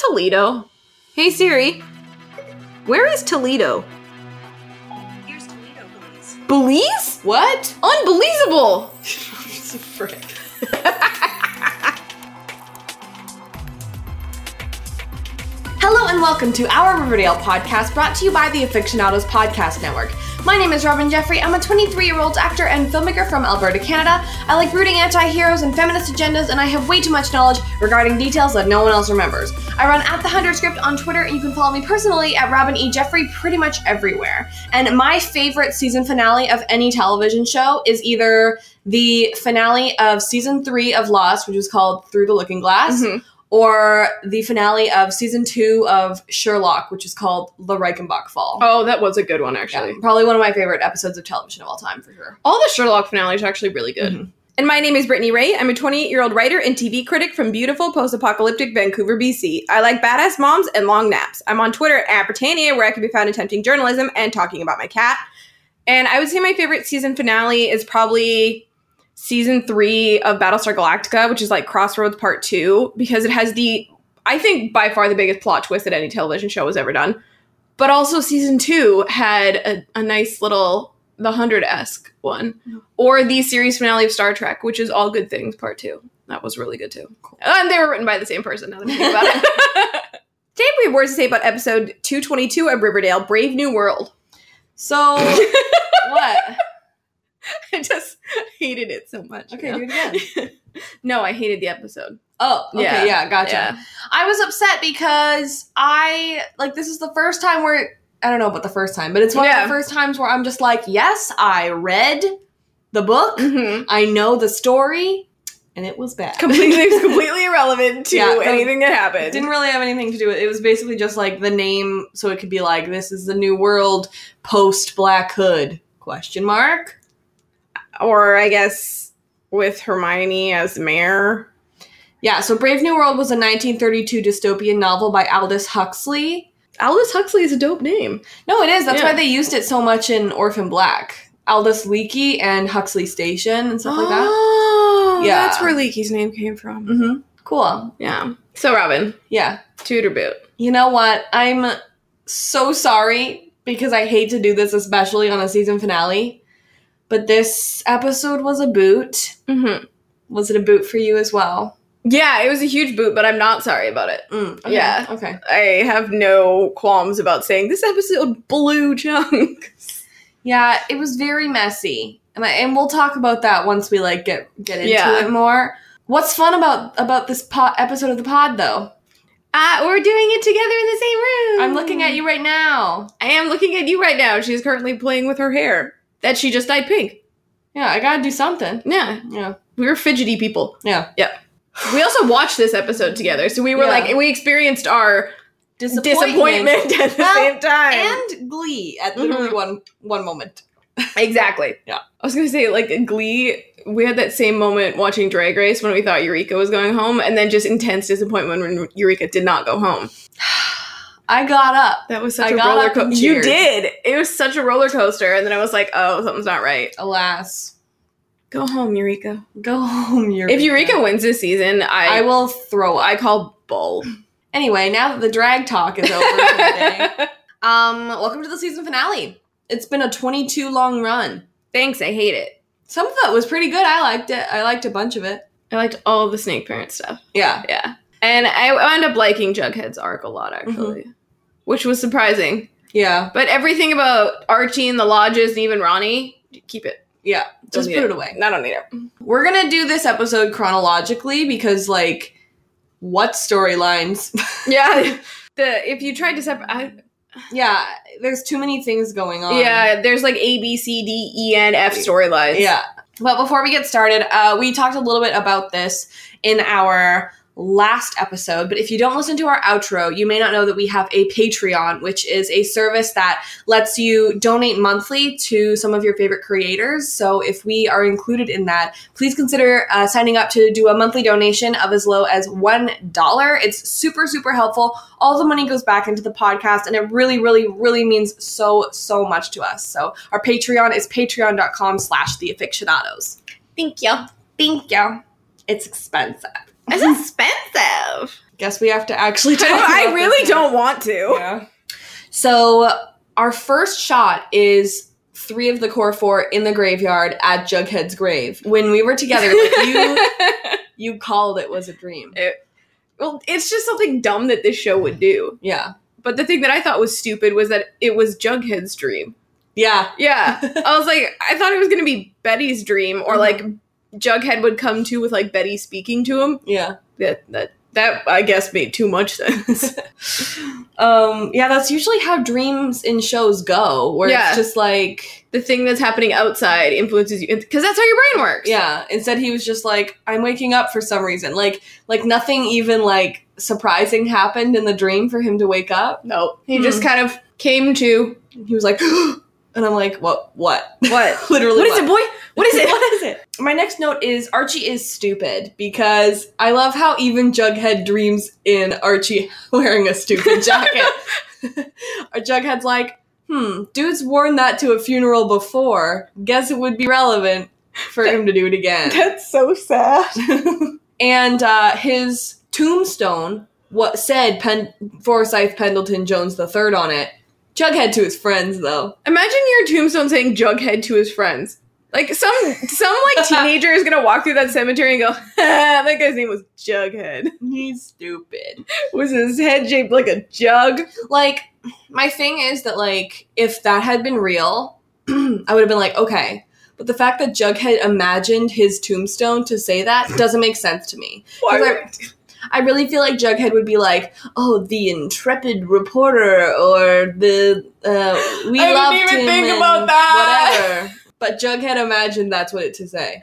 Toledo. Hey Siri, where is Toledo? Here's Toledo, please. Belize? What? Unbelievable! He's a frick. Hello and welcome to our Riverdale podcast brought to you by the Aficionados Podcast Network. My name is Robin Jeffrey. I'm a 23 year old actor and filmmaker from Alberta, Canada. I like rooting anti heroes and feminist agendas, and I have way too much knowledge regarding details that no one else remembers. I run at the Hunter Script on Twitter, and you can follow me personally at Robin E. Jeffrey pretty much everywhere. And my favorite season finale of any television show is either the finale of season three of Lost, which was called Through the Looking Glass, or the finale of season two of Sherlock, which is called The Reichenbach Fall. Oh, that was a good one Yeah, actually. probably one of my favorite episodes of television of all time, for sure. All the Sherlock finales are actually really good. Mm-hmm. And my name is Brittany Ray. I'm a 28 year old writer and TV critic from beautiful post apocalyptic Vancouver, BC. I like badass moms and long naps. I'm on Twitter at Britannia, where I can be found attempting journalism and talking about my cat. And I would say my favorite season finale is probably season three of Battlestar Galactica, which is like Crossroads Part Two, because it has the, I think, by far the biggest plot twist that any television show has ever done. But also, season two had a, a nice little The Hundred esque one or the series finale of Star Trek, which is All Good Things Part Two. That was really good too. Uh, And they were written by the same person. Now that I think about it. Today we have words to say about episode 222 of Riverdale, Brave New World. So, what? I just hated it so much. you Okay, know? do it again. No, I hated the episode. Oh, okay, Yeah. yeah, gotcha. Yeah. I was upset because I like this is the first time where I don't know about the first time, but it's one Yeah. of the first times where I'm just like, yes, I read the book, Mhm. I know the story, and it was bad. Completely completely irrelevant to Yeah, no. anything that happened. It didn't really have anything to do with it. was basically just like the name, so it could be like, this is the new world post Black Hood question mark. or I guess with Hermione as mayor. Yeah, so Brave New World was a 1932 dystopian novel by Aldous Huxley. Aldous Huxley is a dope name. No, it is. That's Yeah. why they used it so much in Orphan Black. Aldous Leakey and Huxley Station and stuff like that. Oh, Yeah. that's where Leakey's name came from. Mm-hmm. Cool. Yeah. So Robin, Yeah. Tudor boot. You know what? I'm so sorry because I hate to do this, especially on a season finale. But this episode was a boot. Mm-hmm. Was it a boot for you as well? Yeah, it was a huge boot, but I'm not sorry about it. Mm, Yeah. Okay. I have no qualms about saying this episode blew chunk. Yeah, it was very messy, and I, and we'll talk about that once we like get get into Yeah. it more. What's fun about about this po- episode of the pod though? Ah, we're doing it together in the same room. I'm looking at you right now. I am looking at you right now. She's currently playing with her hair that she just dyed pink. Yeah, I gotta do something. Yeah, Yeah. we were fidgety people. Yeah. We also watched this episode together, so we were Yeah. like, we experienced our Disappointment. disappointment Mm-hmm. at the Well, same time. And glee at literally one one moment. Exactly. Yeah. I was gonna say like in Glee. We had that same moment watching Drag Race when we thought Eureka was going home, and then just intense disappointment when Eureka did not go home. I got up. That was such I a got roller up and coaster. You cheered. did. It was such a roller coaster, and then I was like, "Oh, something's not right." Alas. Go home, Eureka. Go home, Eureka. If Eureka wins this season, I I will throw up. I call bull. Anyway, now that the drag talk is over for the day, um, welcome to the season finale. It's been a 22 long run. Thanks. I hate it. Some of it was pretty good. I liked it. I liked a bunch of it. I liked all the Snake Parent stuff. Yeah. Yeah, and I wound up liking Jughead's arc a lot actually, which was surprising. Yeah. But everything about Archie and the lodges and even Ronnie, keep it. Yeah. Don't Just need put it away. I don't need it. We're gonna do this episode chronologically because like what storylines? Yeah. The if you tried to separate, I, yeah, there's too many things going on. yeah, there's like A B C D E N F storylines. Yeah. But before we get started, uh, we talked a little bit about this in our last episode. But if you don't listen to our outro, you may not know that we have a Patreon, which is a service that lets you donate monthly to some of your favorite creators. So if we are included in that, please consider uh, signing up to do a monthly donation of as low as $1. It's super, super helpful. All the money goes back into the podcast, and it really, really, really means so, so much to us. So our Patreon is patreon.com slash the aficionados. Thank you. Thank you. It's expensive. It's expensive. Guess we have to actually talk. about I this really now. don't want to. Yeah. So our first shot is three of the core four in the graveyard at Jughead's grave. When we were together, like you you called it was a dream. well, it's just something dumb that this show would do. Yeah. But the thing that I thought was stupid was that it was Jughead's dream. Yeah. Yeah. I was like, I thought it was going to be Betty's dream or like Jughead would come to with like Betty speaking to him. Yeah. That, that, that I guess made too much sense. Um yeah, that's usually how dreams in shows go, where Yeah. it's just like the thing that's happening outside influences you because that's how your brain works. yeah. Instead he was just like, I'm waking up for some reason. Like like nothing even like surprising happened in the dream for him to wake up. No. He Hmm. just kind of came to He was like and I'm like, what what? what? Literally what is it, boy? What is it? what is it? My next note is Archie is stupid because I love how even Jughead dreams in Archie wearing a stupid jacket. Our Jughead's like, hmm, dude's worn that to a funeral before. Guess it would be relevant for him to do it again. That's so sad. and uh, his tombstone what said Pen- Forsyth Pendleton Jones III on it. Jughead to his friends though. Imagine your tombstone saying Jughead to his friends. Like some some like teenager is gonna walk through that cemetery and go, that guy's name was Jughead. He's stupid. Was his head shaped like a jug? like my thing is that like if that had been real i would have been like okay but the fact that jughead imagined his tombstone to say that doesn't make sense to me Why Because I- i really feel like jughead would be like oh the intrepid reporter or the uh, we I didn't loved even him think and about that. whatever but jughead imagined that's what it to say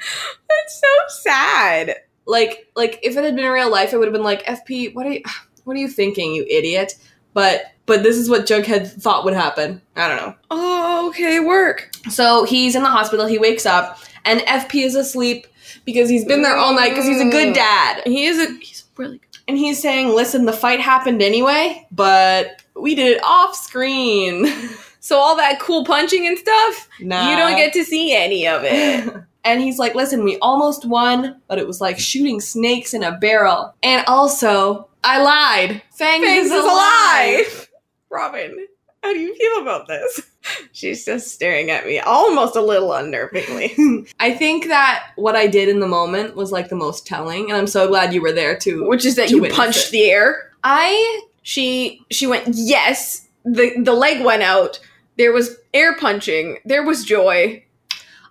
that's so sad. like like if it had been in real life, it would have been like FP. What are you what are you thinking, you idiot? But but this is what Jughead thought would happen. I don't know. Oh, okay, work. So he's in the hospital. He wakes up and FP is asleep because he's been there all night because he's a good dad. Mm. He is a he's really good. And he's saying, "Listen, the fight happened anyway, but we did it off screen. So all that cool punching and stuff, nah. you don't get to see any of it. and he's like, listen, we almost won, but it was like shooting snakes in a barrel. And also, I lied. Fangs, Fangs is, alive. Robin, how do you feel about this? She's just staring at me, almost a little unnervingly. I think that what I did in the moment was like the most telling, and I'm so glad you were there too. Which is that To you witness punched it. the air. I She she went, yes. The the leg went out. There was air punching. There was joy.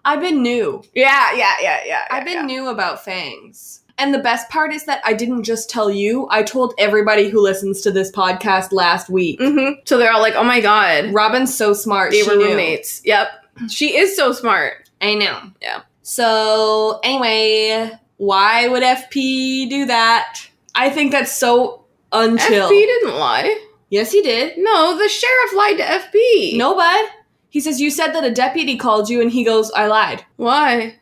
I've been new. Yeah, yeah, yeah, yeah. I've been yeah. new about fangs. And the best part is that I didn't just tell you, I told everybody who listens to this podcast last week. Mhm. So they're all like, oh my god. Robin's so smart. They she were knew. roommates. Yep. She is so smart. I know. Yeah. So anyway, why would FP do that? I think that's so unchill. FB didn't lie. yes, he did. No, the sheriff lied to FB. No, bud. He says you said that a deputy called you, and he goes, "I lied." Why?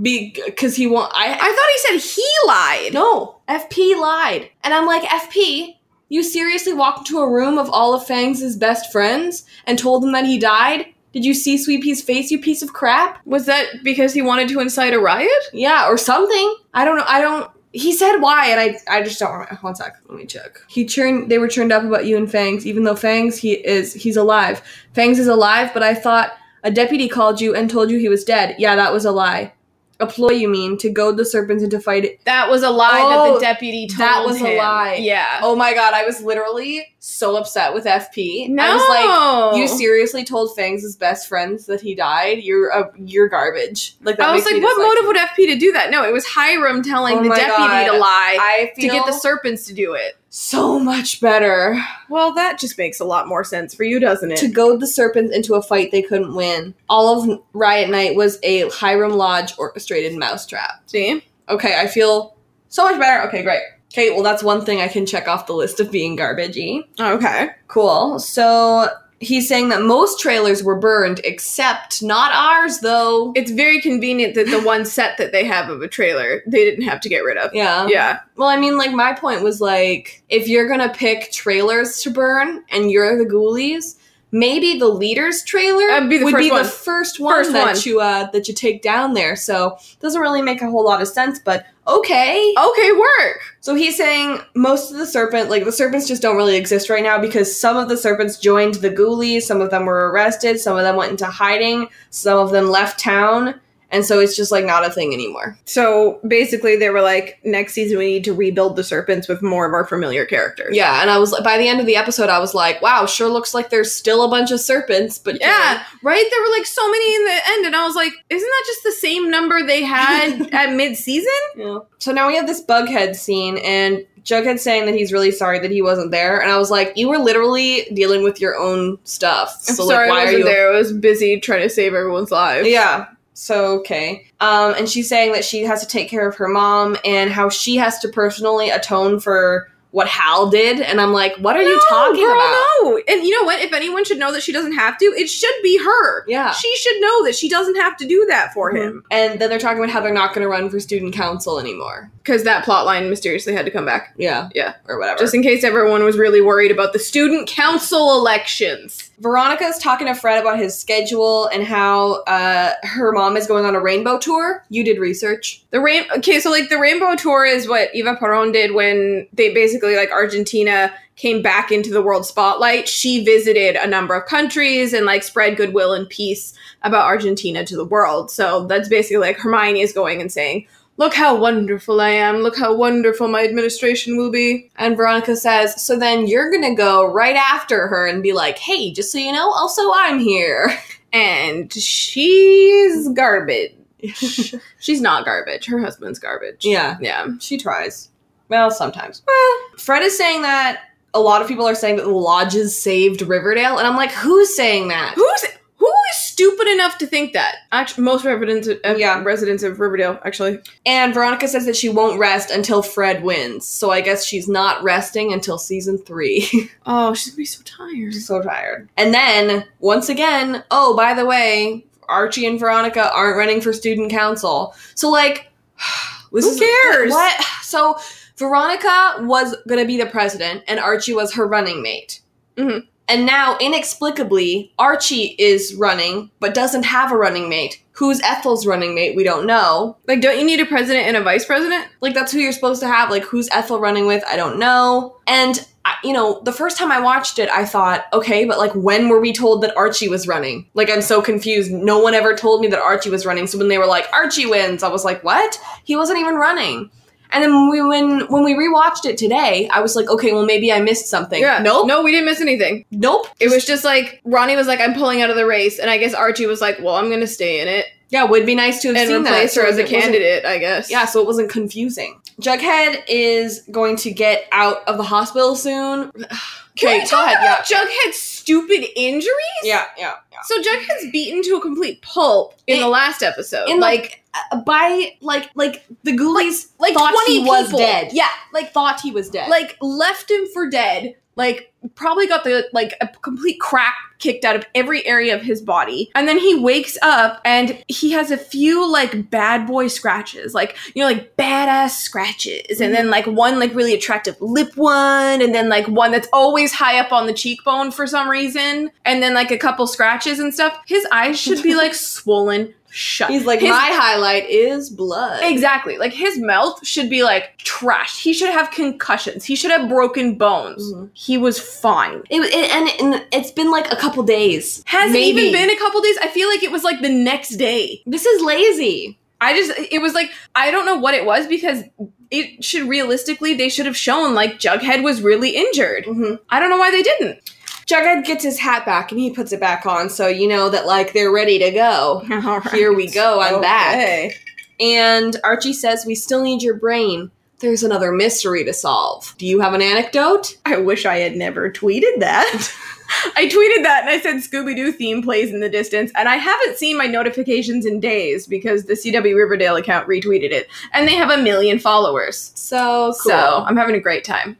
because he won't. I, I thought he said he lied. no FP lied, and I'm like FP. You seriously walked into a room of all of Fang's best friends and told them that he died? Did you see Sweet Pea's face, you piece of crap? Was that because he wanted to incite a riot? Yeah, or something. I don't know. I don't. He said why, and I I just don't remember. One sec, let me check. He churned. They were churned up about you and Fangs, even though Fangs he is he's alive. Fangs is alive, but I thought a deputy called you and told you he was dead. Yeah, that was a lie. A ploy, you mean, to goad the serpents into fighting. That was a lie that Oh, the deputy told that was a him. lie. Yeah. Oh my god, I was literally so upset with FP. no. I was like, you seriously told Fangs' his best friends that he died? You're a, you're garbage. Like that I was makes like, me what dislike motive you. would FP to do that? No, it was Hiram telling Oh the my deputy God. to lie I to feel get the serpents to do it. so much better Well, that just makes a lot more sense for you, doesn't to goad the serpents into a fight they couldn't win. All of Riot Night was a Hiram Lodge orchestrated mousetrap. See? Okay, I feel so much better. Okay, great. Okay, well that's one thing I can check off the list of being garbagey. Okay. Cool. So he's saying that most trailers were burned, except not ours, though. It's very convenient that the one set that they have of a trailer, they didn't have to get rid of. Yeah. Yeah. Well, I mean, like, my point was like, if you're gonna pick trailers to burn and you're the ghoulies, maybe the leaders trailer That'd be the would first be one. the first one First that one. you uh, that you take down there. So doesn't really make a whole lot of sense, but okay. Okay, work. So he's saying most of the serpent, like the serpents just don't really exist right now because some of the serpents joined the ghoulies, some of them were arrested, some of them went into hiding, some of them left town, and so it's just like not a thing anymore. So basically, they were like, next season we need to rebuild the serpents with more of our familiar characters. Yeah, and I was by the end of the episode I was like, wow, sure looks like there's still a bunch of serpents, but Yeah, right? There were like so many in the end, and I was like, isn't that just the same number they had at mid season? Yeah. So now we have this Bughead scene, and Jughead saying that he's really sorry that he wasn't there. And I was like, you were literally dealing with your own stuff. So like, why are you? there. I was busy trying to save everyone's lives. Yeah. So okay. Um, and she's saying that she has to take care of her mom and how she has to personally atone for what Hal did. And I'm like, what are you talking girl, about? No. And you know what? If anyone should know that she doesn't have to, it should be her. Yeah. She should know that she doesn't have to do that for him. And then they're talking about how they're not going to run for student council anymore. Because that plot line mysteriously had to come back. Yeah. Yeah. Or whatever. Just in case everyone was really worried about the student council elections. Veronica's talking to Fred about his schedule and how uh, her mom is going on a rainbow tour. You did research. The rain okay, so like the Rainbow Tour is what Eva Peron did when they basically like Argentina came back into the world spotlight. She visited a number of countries and like spread goodwill and peace about Argentina to the world. So that's basically like Hermione is going and saying, Look how wonderful I am, look how wonderful my administration will be. And Veronica says, So then you're going to go right after her and be like, hey, just so you know, also I'm here. And she's garbage. She's not garbage. Her husband's garbage. Yeah. Yeah. She tries. Well, sometimes. Fred is saying that a lot of people are saying that the lodges saved Riverdale, and I'm like, who's saying that? Who's who is stupid enough to think that? Actually, most residents, of, Yeah. residents of Riverdale, actually. And Veronica says that she won't rest until Fred wins. So I guess she's not resting until season three. Oh, she's gonna be so tired. so tired. And then, once again, oh, by the way, Archie and Veronica aren't running for student council. So, like, this Who is- cares? What? So, Veronica was going to be the president, and Archie was her running mate. Mhm. And now, inexplicably, Archie is running, but doesn't have a running mate. Who's Ethel's running mate? We don't know. Like, don't you need a president and a vice president? Like, that's who you're supposed to have. Like, who's Ethel running with? I don't know. And, I, you know, the first time I watched it, I thought, okay, but like, when were we told that Archie was running? Like, I'm so confused. No one ever told me that Archie was running. So when they were like, Archie wins, I was like, what? He wasn't even running. And then we, when when we rewatched it today, I was like, okay, well maybe I missed something. Nope. No, we didn't miss anything. Nope. It was just like Ronnie was like, "I'm pulling out of the race," and I guess Archie was like, "Well, I'm gonna stay in it Yeah, would be nice to have and seen that. replace so her as it a wasn't- candidate." I guess. Yeah, so it wasn't confusing. Jughead is going to get out of the hospital soon. Can Okay, we go talk ahead, about Jughead's stupid injuries? Yeah, yeah. So Jughead's beaten to a complete pulp in In- the last episode. in the- like, Uh, By like like the ghoulies like thought 20 he was people. dead. Yeah, like thought he was dead. like left him for dead like probably got the like a complete crack kicked out of every area of his body and then he wakes up and he has a few like bad boy scratches like you know like badass scratches and Mhm. then like one like really attractive lip one and then like one that's always high up on the cheekbone for some reason and then like a couple scratches and stuff his eyes should be like swollen shut he's like His my highlight is blood. Exactly. Like his mouth should be like trashed. He should have concussions. He should have broken bones. Mhm. He was fine. It, it- and, and it's been like a couple days. Has it Maybe. even been a couple days? I feel like it was like the next day. This is lazy. I just it was like I don't know what it was because it should realistically they should have shown like Jughead was really injured. I don't know why they didn't. Mm-hmm. Jughead gets his hat back and he puts it back on, so you know that like they're ready to go. Here we go. I'm back. And Archie says, We still need your brain. There's another mystery to solve. Do you have an anecdote? I wish I had never tweeted that. I tweeted that and I said Scooby Doo theme plays in the distance, and I haven't seen my notifications in days because the CW Riverdale account retweeted it, and they have a million followers. So cool. So I'm having a great time.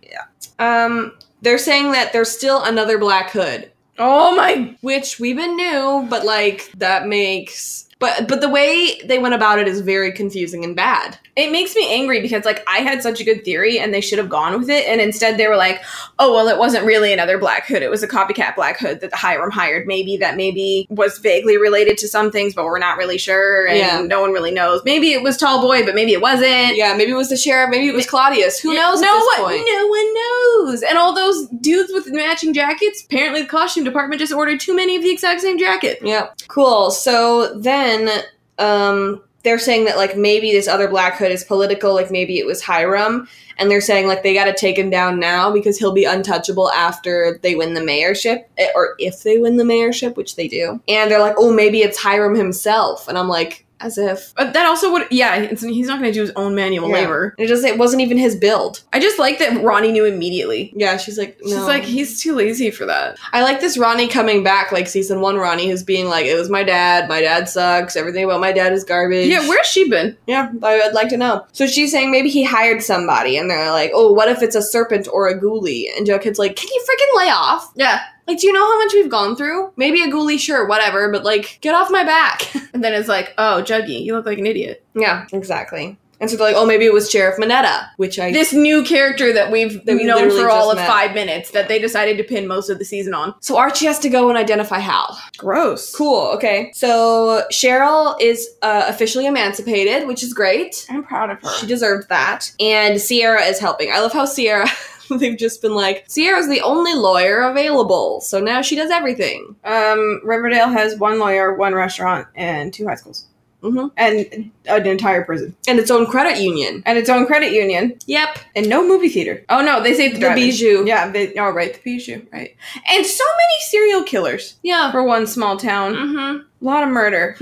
um, they're saying that there's still another Black Hood, Oh my! which we've been new, but like that makes But but the way they went about it is very confusing and bad. It makes me angry because like I had such a good theory and they should have gone with it and instead they were like, "Oh, well it wasn't really another Black Hood. It was a copycat Black Hood that Hiram hired maybe that maybe was vaguely related to some things but we're not really sure and Yeah. no one really knows. Maybe it was Tall Boy, but maybe it wasn't." Yeah, maybe it was the sheriff, maybe it was Claudius. Who knows No at this one, point? no one knows. And all those dudes with matching jackets. Apparently, the costume department just ordered too many of the exact same jacket. Yep. Cool. So then um they're saying that like maybe this other black hood is political, like maybe it was Hiram, and they're saying like they got to take him down now because he'll be untouchable after they win the mayorship eh, or if they win the mayorship, which they do. And they're like, "Oh, maybe it's Hiram himself." And I'm like, as if But that also would, yeah, it's, he's not going to do his own manual Yeah. labor. And it doesn't it wasn't even his build. I just like that Ronnie knew immediately. Yeah, she's like, no. She's like, he's too lazy for that. I like this Ronnie coming back, like season one Ronnie, who's being like, it was my dad, my dad sucks, everything about my dad is garbage. Yeah, where's she been? Yeah, I, I'd like to know. So she's saying maybe he hired somebody, and they're like, "Oh, what if it's a serpent or a ghoulie?" And Joe Kid's like, "Can you freaking lay off? Yeah. Like, do you know how much we've gone through? Maybe a ghoulie, sure, whatever, but like, get off my back." And then it's like, oh, Juggy, you look like an idiot. yeah, exactly. And so they're like, "Oh, maybe it was Sheriff Minetta," which I This new character that we've That we known literally for all just of met. five minutes that they decided to pin most of the season on. so Archie has to go and identify Hal. Gross. Cool. Cool. Okay. So Cheryl is uh, officially emancipated, which is great. I'm proud of her. She deserved that. And Sierra is helping. I love how Sierra. They've just been like, Sierra's the only lawyer available, so now she does everything. Um, Riverdale has one lawyer, one restaurant, and two high schools, Mm-hmm. Mhm. and an entire prison, And its own credit union. and its own credit union, Yep. and no movie theater. Oh no, they saved the, The drive-in. Bijou. Yeah, they, oh right, the Bijou, right, and so many serial killers Yeah. for one small town. Mm-hmm. A lot of murder.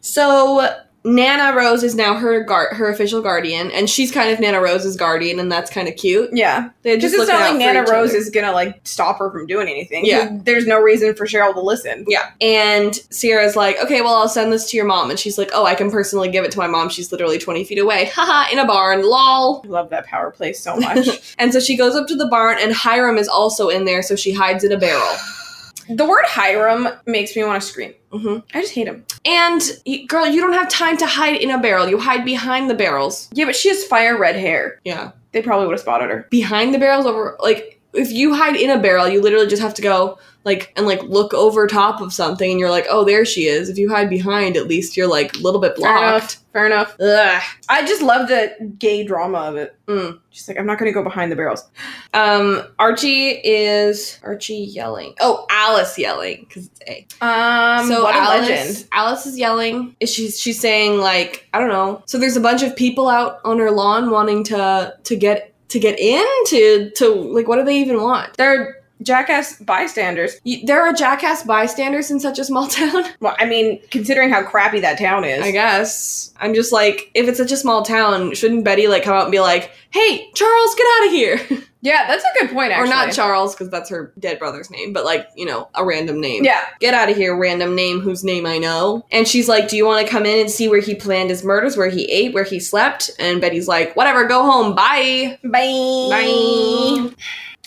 So Nana Rose is now her guard, her official guardian, and she's kind of Nana Rose's guardian, and that's kind of cute. Yeah, They because just it's looking not out like for Nana each Rose other. is gonna like stop her from doing anything. Yeah. there's no reason for Cheryl to listen. Yeah. And Sierra's like, okay, well, I'll send this to your mom. And she's like, oh, I can personally give it to my mom. She's literally 20 feet away. Haha, in a barn. Lol. I love that power play so much. And so she goes up to the barn, and Hiram is also in there, so she hides in a barrel. the word Hiram makes me want to scream. Mhm. I just hate him. And y- girl, you don't have time to hide in a barrel. You hide behind the barrels. Yeah, but she has fire red hair. Yeah. They probably would have spotted her. Behind the barrels over like if you hide in a barrel, you literally just have to go like and like look over top of something and you're like, "Oh, there she is." If you hide behind, at least you're like a little bit blocked. Fair enough. Ugh. I just love the gay drama of it. Mm. She's like, I'm not going to go behind the barrels. Um Archie is Archie yelling. Oh, Alice yelling cuz it's A. Um, so what a Alice, legend. Alice is yelling. She's she's saying like I don't know. So there's a bunch of people out on her lawn wanting to to get to get in to to like what do they even want? They're jackass bystanders. Y- There are jackass bystanders in such a small town. Well, I mean, considering how crappy that town is. I guess I'm just like if it's such a small town, shouldn't Betty like come out and be like, "Hey, Charles, get out of here," Yeah, that's a good point, or actually. not Charles because that's her dead brother's name, but like you know a random name. Yeah. get out of here, random name whose name I know. And she's like, Do you want to come in and see where he planned his murders, where he ate, where he slept? And Betty's like, Whatever, go home, bye. Bye. Bye.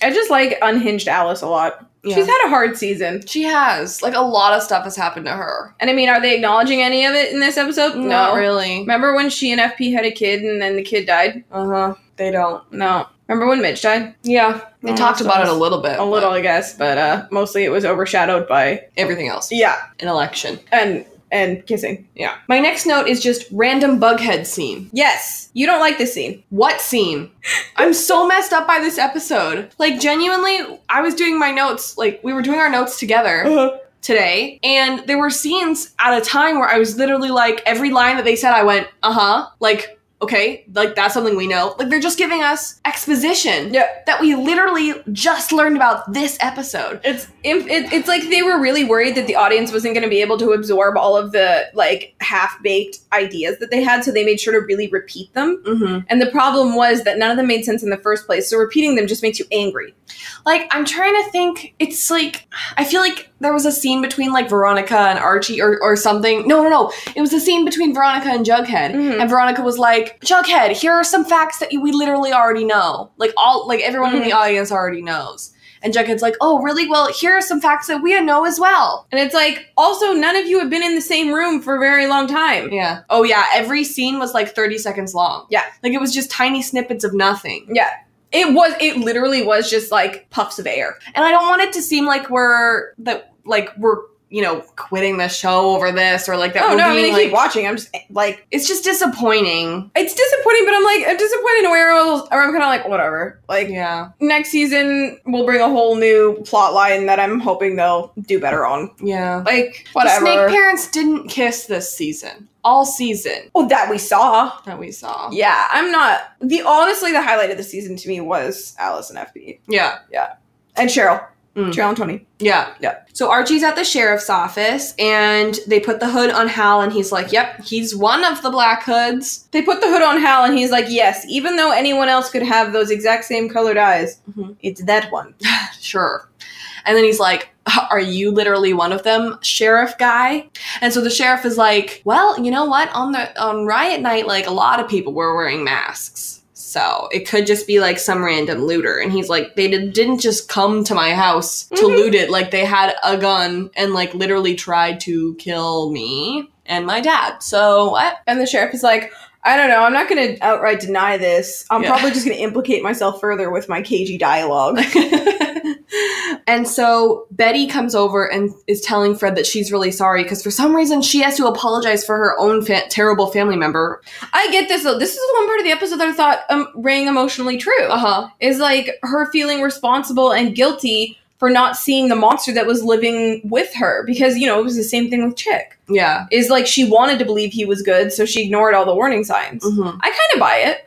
I just like unhinged Alice a lot. Yeah. She's had a hard season. She has. Like, a lot of stuff has happened to her. And I mean, are they acknowledging any of it in this episode? Not really. Remember when she and FP had a kid and then the kid died? Uh huh. They don't. No. Remember when Mitch died? Yeah. They No, talked so about it a it's- little bit. A little, I guess, but uh, mostly it was overshadowed by Everything else. yeah, An election. and and kissing. Yeah. My next note is just random bughead scene. Yes, you don't like this scene. What scene? I'm so messed up by this episode. Like, genuinely, I was doing my notes, like, we were doing our notes together. Uh-huh. today and there were scenes at a time where i was literally like every line that they said i went uh-huh like okay like that's something we know like they're just giving us exposition Yeah. that we literally just learned about this episode It's im- it, it's like they were really worried that the audience wasn't going to be able to absorb all of the like half baked ideas that they had, so they made sure to really repeat them. mm-hmm. And the problem was that none of them made sense in the first place, so repeating them just makes you angry. Like, I'm trying to think. It's like, I feel like there was a scene between like Veronica and Archie or, or something. No, no, no. It was a scene between Veronica and Jughead. Mhm. And Veronica was like, Jughead, here are some facts that you, we literally already know. Like, all, like everyone in the audience already knows. And Jughead's like, oh, really? Well, here are some facts that we know as well. And it's like, also, none of you have been in the same room for a very long time. Yeah. Oh, yeah. Every scene was like 30 seconds long. Yeah. Like, it was just tiny snippets of nothing. Yeah. It was, it literally was just like puffs of air. And I don't want it to seem like we're that like we're you know quitting the show over this or like that. Oh, we're no, I mean, being, I keep like- watching. I'm just like, it's just disappointing. it's disappointing, but I'm like, I'm disappointed in where else, or I'm kind of like, whatever. Like, Yeah, next season, we'll bring a whole new plot line that I'm hoping they'll do better on. yeah. Like, The whatever. snake parents didn't kiss this season, all season oh, that we saw. that we saw. Yeah, I'm not. The honestly, the highlight of the season to me was Alice and FB yeah, and Cheryl, Mm. Cheryl and Tony. yeah. Yeah. So Archie's at the sheriff's office, and they put the hood on Hal, and he's like, "Yep, he's one of the Black Hoods." They put the hood on Hal, and he's like, "Yes, even though anyone else could have those exact same colored eyes, Mhm. it's that one." Sure. And then he's like, Are you literally one of them, sheriff guy? And so the sheriff is like, Well, you know what? On the on riot night, like a lot of people were wearing masks. So it could just be like some random looter. And he's like, They did, didn't just come to my house to Mhm. loot it. Like they had a gun and like literally tried to kill me and my dad. So what? And the sheriff is like, "I don't know. I'm not going to outright deny this. I'm Yeah. probably just going to implicate myself further with my cagey dialogue." and so Betty comes over and is telling Fred that she's really sorry because for some reason she has to apologize for her own fa- terrible family member. I get this though. This is the one part of the episode that I thought um, rang emotionally true. huh. Is like her feeling responsible and guilty for not seeing the monster that was living with her because you know it was the same thing with Chick. Yeah. is like she wanted to believe he was good, so she ignored all the warning signs. Mhm. I kind of buy it.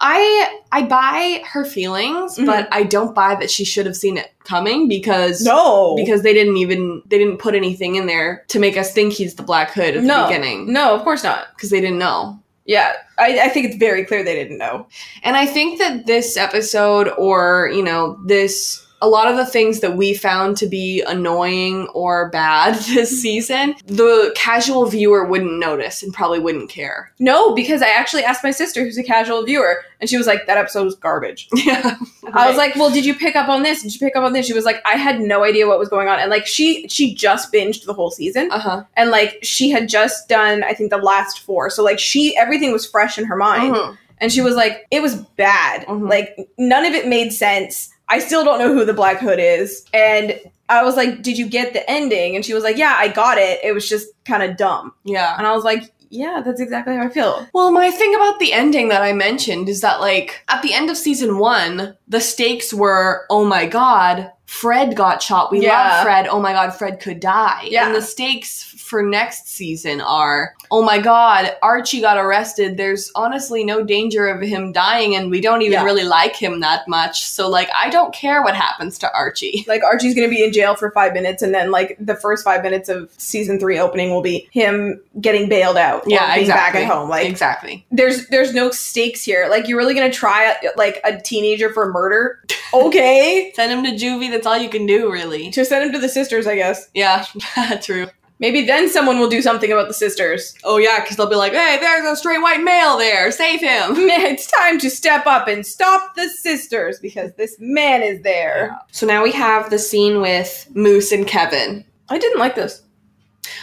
I I buy her feelings, Mhm. but I don't buy that she should have seen it coming because No, because because they didn't even they didn't put anything in there to make us think he's the Black Hood at No. the beginning no, of course not. because they didn't know. Yeah, I, I think it's very clear they didn't know. And I think that this episode, or, you know, this, a lot of the things that we found to be annoying or bad this season, the casual viewer wouldn't notice and probably wouldn't care. No, because I actually asked my sister, who's a casual viewer, and she was like, "That episode was garbage." Yeah. I was like, "Well, did you pick up on this? Did you pick up on this?" She was like, "I had no idea what was going on," and like she she just binged the whole season, uh huh. and like she had just done I think the last four, so like she everything was fresh in her mind. Uh-huh. Mm-hmm. And she was like, it was bad. Mhm. Like, none of it made sense. I still don't know who the Black Hood is. And I was like, did you get the ending? And she was like, yeah, I got it. It was just kind of dumb. Yeah. And I was like, yeah, that's exactly how I feel. Well, my thing about the ending that I mentioned is that, like, at the end of season one, the stakes were, oh my god, Fred got shot. We Yeah. love Fred. Oh my god, Fred could die. Yeah. And the stakes f- for next season are, oh my god, Archie got arrested. There's honestly no danger of him dying, and we don't even Yeah. really like him that much. So, like, I don't care what happens to Archie. Like, Archie's going to be in jail for five minutes. And then, like, the first five minutes of season three opening will be him getting bailed out. or Yeah, being exactly. back at home. Like, exactly. there's there's no stakes here. Like, you're really going to try, like, a teenager for murder? Okay. Send him to juvie. That's all you can do, really. to send him to the sisters, I guess. Yeah, true. Maybe then someone will do something about the sisters. Oh yeah, because they'll be like, "Hey, there's a straight white male there. Save him." Man, it's time to step up and stop the sisters because this man is there. So now we have the scene with Moose and Kevin. I didn't like this.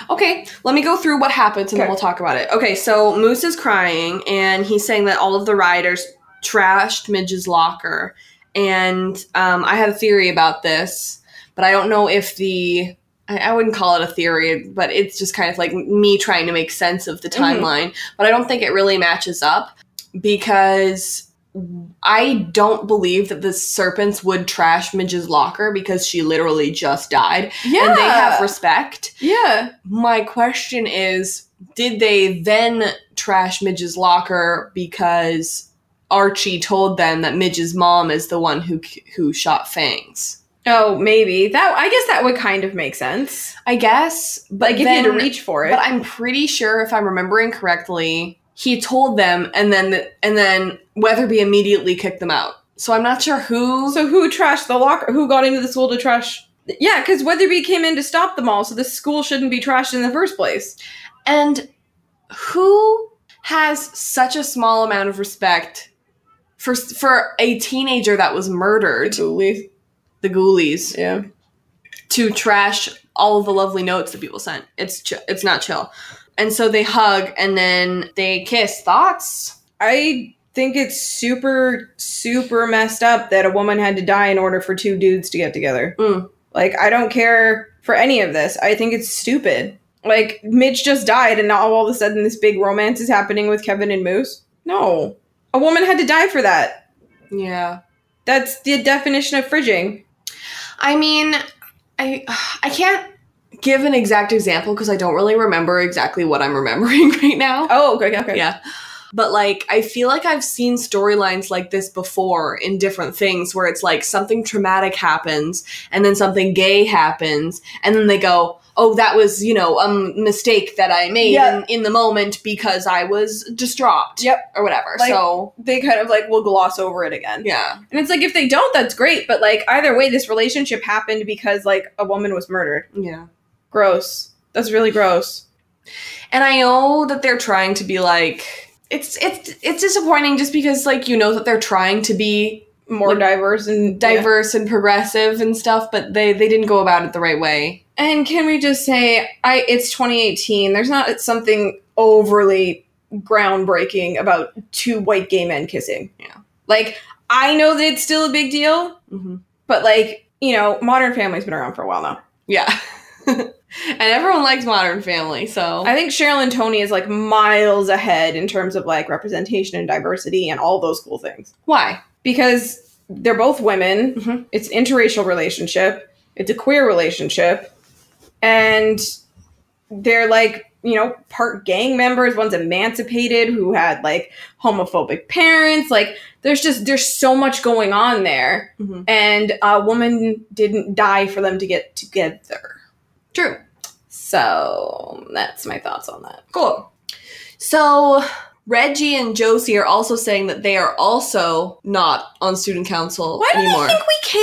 Okay, let me go through what happens and Okay. then we'll talk about it. Okay, so Moose is crying and he's saying that all of the riders trashed Midge's locker. And um, I have a theory about this, but I don't know if the. I, I wouldn't call it a theory, but it's just kind of like me trying to make sense of the Mhm. timeline. But I don't think it really matches up because I don't believe that the serpents would trash Midge's locker because she literally just died. Yeah, And they have respect. yeah. My question is Did they then trash Midge's locker because Archie told them that Midge's mom is the one who who shot Fangs? Oh, maybe that. I guess that would kind of make sense. I guess, but Like if then, you had to reach for it. But I'm pretty sure, if I'm remembering correctly, he told them, and then and then Weatherby immediately kicked them out. So I'm not sure who. So who trashed the locker? Who got into the school to trash? Yeah, because Weatherby came in to stop them all, so the school shouldn't be trashed in the first place. and who has such a small amount of respect for for a teenager that was murdered, Absolutely. the Ghoulies, Yeah. to trash all of the lovely notes that people sent? It's ch- it's not chill. And so they hug and then they kiss. Thoughts? I think it's super, super messed up that a woman had to die in order for two dudes to get together. Mm. Like, I don't care for any of this. I think it's stupid. Like, Mitch just died, and now all of a sudden this big romance is happening with Kevin and Moose. No. A woman had to die for that. Yeah. That's the definition of fridging. I mean, I I can't give an exact example because I don't really remember exactly what I'm remembering right now. Oh, okay, okay. Yeah. But like I feel like I've seen storylines like this before in different things where it's like something traumatic happens and then something gay happens and then they go, "Oh, that was, you know, a m- mistake that I made Yeah. in, in the moment because I was distraught." Yep. Or whatever. Like- so, They kind of like will gloss over it again. yeah. And it's like if they don't, that's great. But like either way, this relationship happened because like a woman was murdered. Yeah. Gross. That's really gross. And I know that they're trying to be like it's it's it's disappointing just because like you know that they're trying to be More Like, diverse and diverse. diverse and progressive and stuff, but they they didn't go about it the right way. And can we just say, I it's 2018. There's not something overly groundbreaking about two white gay men kissing. Yeah. Like I know that it's still a big deal, Mhm. but like you know, Modern Family's been around for a while now. Yeah. and everyone likes Modern Family, so. I think Cheryl and Tony is like miles ahead in terms of like representation and diversity and all those cool things. Why? because they're both women. Mhm. It's an interracial relationship. It's a queer relationship, and they're like you know part gang members. One's emancipated who had like homophobic parents. Like there's just there's so much going on there, Mhm. and a woman didn't die for them to get together. True. So that's my thoughts on that. Cool. So, Reggie and Josie are also saying that they are also not on student council Why do they anymore. think we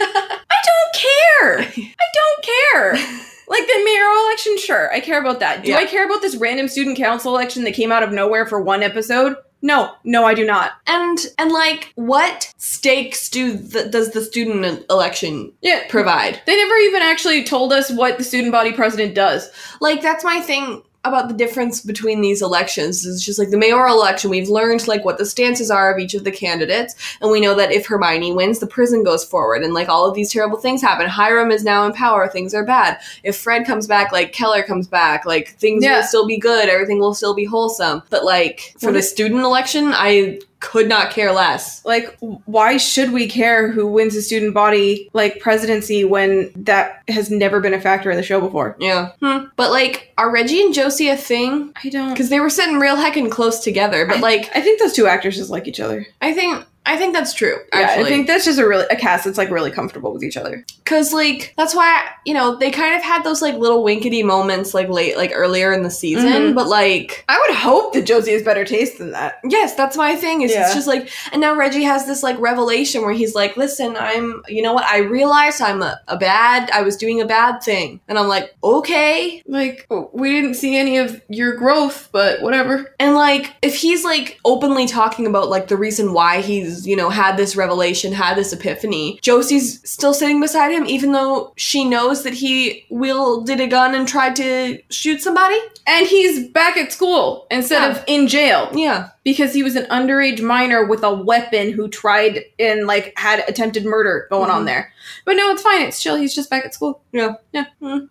care? I don't care. I don't care. Like the mayoral election, sure, I care about that. Do Yeah. I care about this random student council election that came out of nowhere for one episode? No, no, I do not. and and like what stakes do the, does the student election Yeah, provide? they never even actually told us what the student body president does. Like that's my thing about the difference between these elections is just like the mayoral election we've learned like what the stances are of each of the candidates and we know that if hermione wins the prison goes forward and like all of these terrible things happen hiram is now in power things are bad if fred comes back like keller comes back like things Yeah. will still be good everything will still be wholesome but like for Well, the the- student election i could not care less Like, why should we care who wins the student body like presidency when that has never been a factor in the show before? yeah hmm. but like are reggie and josie a thing I don't. because they were sitting real heckin' close together but like I think those two actors just like each other. I think I think that's true. Yeah, Actually, I think that's just a really a cast that's like really comfortable with each other. because like that's why you know they kind of had those like little winkety moments like late like earlier in the season, Mhm. but like I would hope that Josie has better taste than that. yes, that's my thing. Is Yeah. it's just like and now Reggie has this like revelation where he's like, listen, I'm you know what I realized I'm a, a bad I was doing a bad thing, and I'm like okay, Like we didn't see any of your growth, but whatever. and like if he's like openly talking about like the reason why he's you know had this revelation, had this epiphany, Josie's still sitting beside him even though she knows that he wielded a gun and tried to shoot somebody. And he's back at school instead Yeah. of in jail Yeah. because he was an underage minor with a weapon who tried and like had attempted murder going on Mhm. there. But no, it's fine. It's chill. He's just back at school.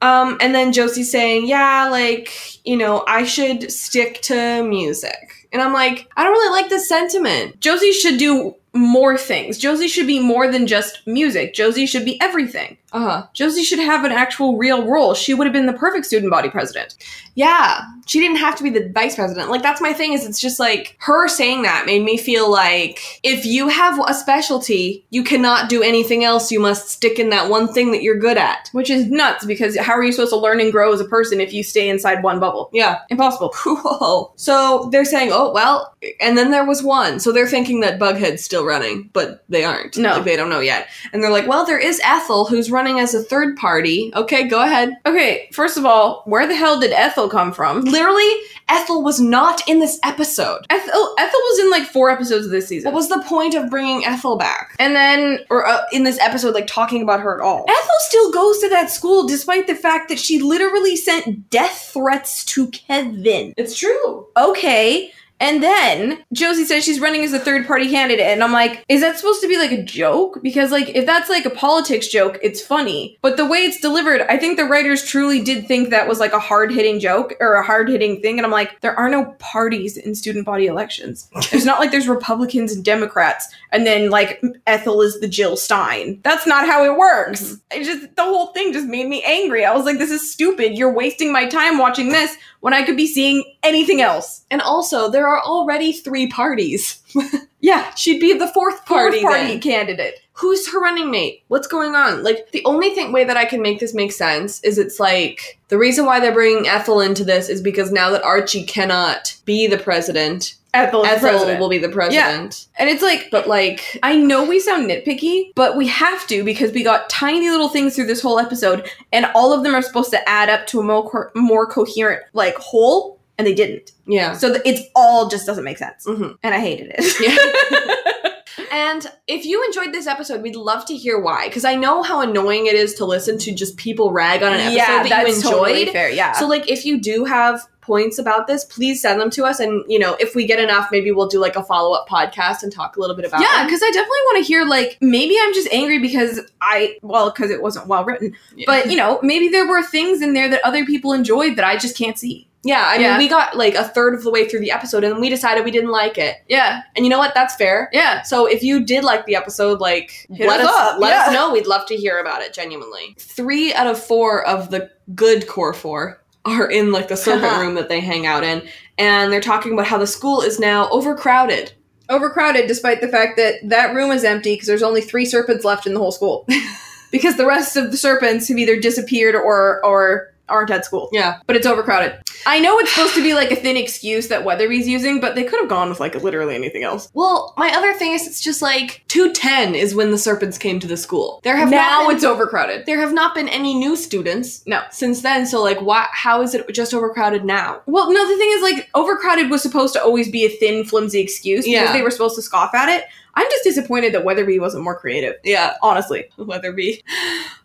Um, and then Josie's saying, Yeah, like, you know, I should stick to music. And I'm like, I don't really like this sentiment. Josie should do more things. Josie should be more than just music. Josie should be everything. Uh huh. Josie should have an actual real role. She would have been the perfect student body president. Yeah. She didn't have to be the vice president. Like, that's my thing, is it's just like her saying that made me feel like if you have a specialty, you cannot do anything else. You must stick in that one thing that you're good at. Which is nuts because how are you supposed to learn and grow as a person if you stay inside one bubble? Yeah. Impossible. Cool. So they're saying, oh, well, and then there was one. So they're thinking that Bughead's still still running, but they aren't. No. Like, they don't know yet. And they're like, well, there is Ethel who's running as a third party. Okay, go ahead. Okay, first of all, where the hell did Ethel come from? Literally, Ethel was not in this episode. Ethel Ethel was in like four episodes of this season. What was the point of bringing Ethel back? and then, or uh, in this episode, like talking about her at all. Ethel still goes to that school despite the fact that she literally sent death threats to Kevin. It's true. Okay. And then Josie says she's running as a third party candidate. And I'm like, is that supposed to be like a joke? Because, like, if that's like a politics joke, it's funny. But the way it's delivered, I think the writers truly did think that was like a hard hitting joke or a hard hitting thing. And I'm like, there are no parties in student body elections. It's not like there's Republicans and Democrats. And then, like, Ethel is the Jill Stein. That's not how it works. I just, the whole thing just made me angry. I was like, this is stupid. You're wasting my time watching this when I could be seeing anything else. And also, there are already three parties. Yeah, She'd be the fourth party. party, party then. candidate. Who's her running mate? What's going on? Like, the only thing way that I can make this make sense is it's like the reason why they're bringing Ethel into this is because now that Archie cannot be the president, Ethel, Ethel will will be the president. and it's like, But like, I know we sound nitpicky, but we have to because we got tiny little things through this whole episode, and all of them are supposed to add up to a more co- more coherent like whole, and they didn't. yeah. So th- it's all just doesn't make sense, Mhm. and I hated it. And if you enjoyed this episode, we'd love to hear why. Because I know how annoying it is to listen to just people rag on an episode yeah, that that's you enjoyed. totally fair. Yeah. So like if you do have points about this, please send them to us and you know, if we get enough, maybe we'll do like a follow-up podcast and talk a little bit about yeah, them. because I definitely want to hear like maybe I'm just angry because I well because it wasn't well written, Yeah. but you know maybe there were things in there that other people enjoyed that I just can't see. yeah, I mean, Yeah. we got like a third of the way through the episode and we decided we didn't like it. Yeah, And you know what? That's fair. yeah. So if you did like the episode, like Hit let us us, up, let us yeah. know. We'd love to hear about it genuinely. 3 out of 4 of the good core 4 are in like the serpent room that they hang out in and they're talking about how the school is now overcrowded. overcrowded despite the fact that that room is empty because there's only three serpents left in the whole school because the rest of the serpents have either disappeared or or aren't at school Yeah. but it's overcrowded i know it's supposed to be like a thin excuse that weatherby's using but they could have gone with like literally anything else Well, my other thing is it's just like 210 is when the serpents came to the school. There have now now it's overcrowded there have not been any new students no since then, so like why how is it just overcrowded now? well no the thing is like overcrowded was supposed to always be a thin flimsy excuse because Yeah. they were supposed to scoff at it i'm just disappointed that weatherby wasn't more creative Yeah, honestly Weatherby.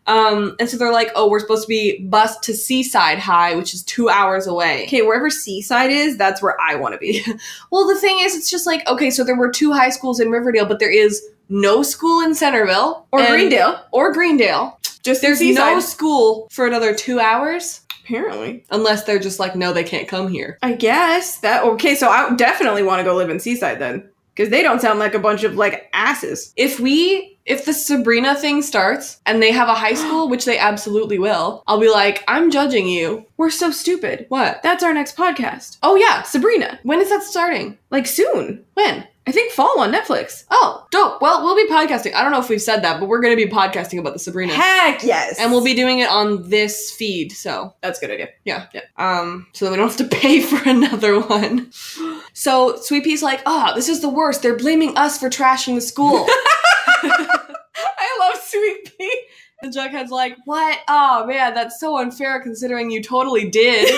Um and so they're like, "Oh, we're supposed to be bused to Seaside High, which is 2 hours away." okay wherever seaside is that's where i want to be Well, the thing is it's just like, okay, so there were two high schools in Riverdale, but there is no school in Centerville or and- greendale or Greendale. just There's in Seaside. no school for another 2 hours Apparently. unless they're just like, "No, they can't come here." I guess that okay, so I definitely want to go live in Seaside then. Because they don't sound like a bunch of like asses. if we if the Sabrina thing starts and they have a high school, which they absolutely will, I'll be like, I'm judging you. We're so stupid. What? That's our next podcast. Oh yeah, Sabrina. when is that starting? Like soon. When? I think fall on Netflix. Oh, dope. Well, we'll be podcasting. I don't know if we've said that, but we're going to be podcasting about the Sabrina. Heck yes. and we'll be doing it on this feed, so That's a good idea. yeah, yeah. Um, so that we don't have to pay for another one. So Sweet Pea's like, oh, this is the worst. They're blaming us for trashing the school. I love Sweet Pea. And Jughead's like, what? Oh man, that's so unfair considering you totally did.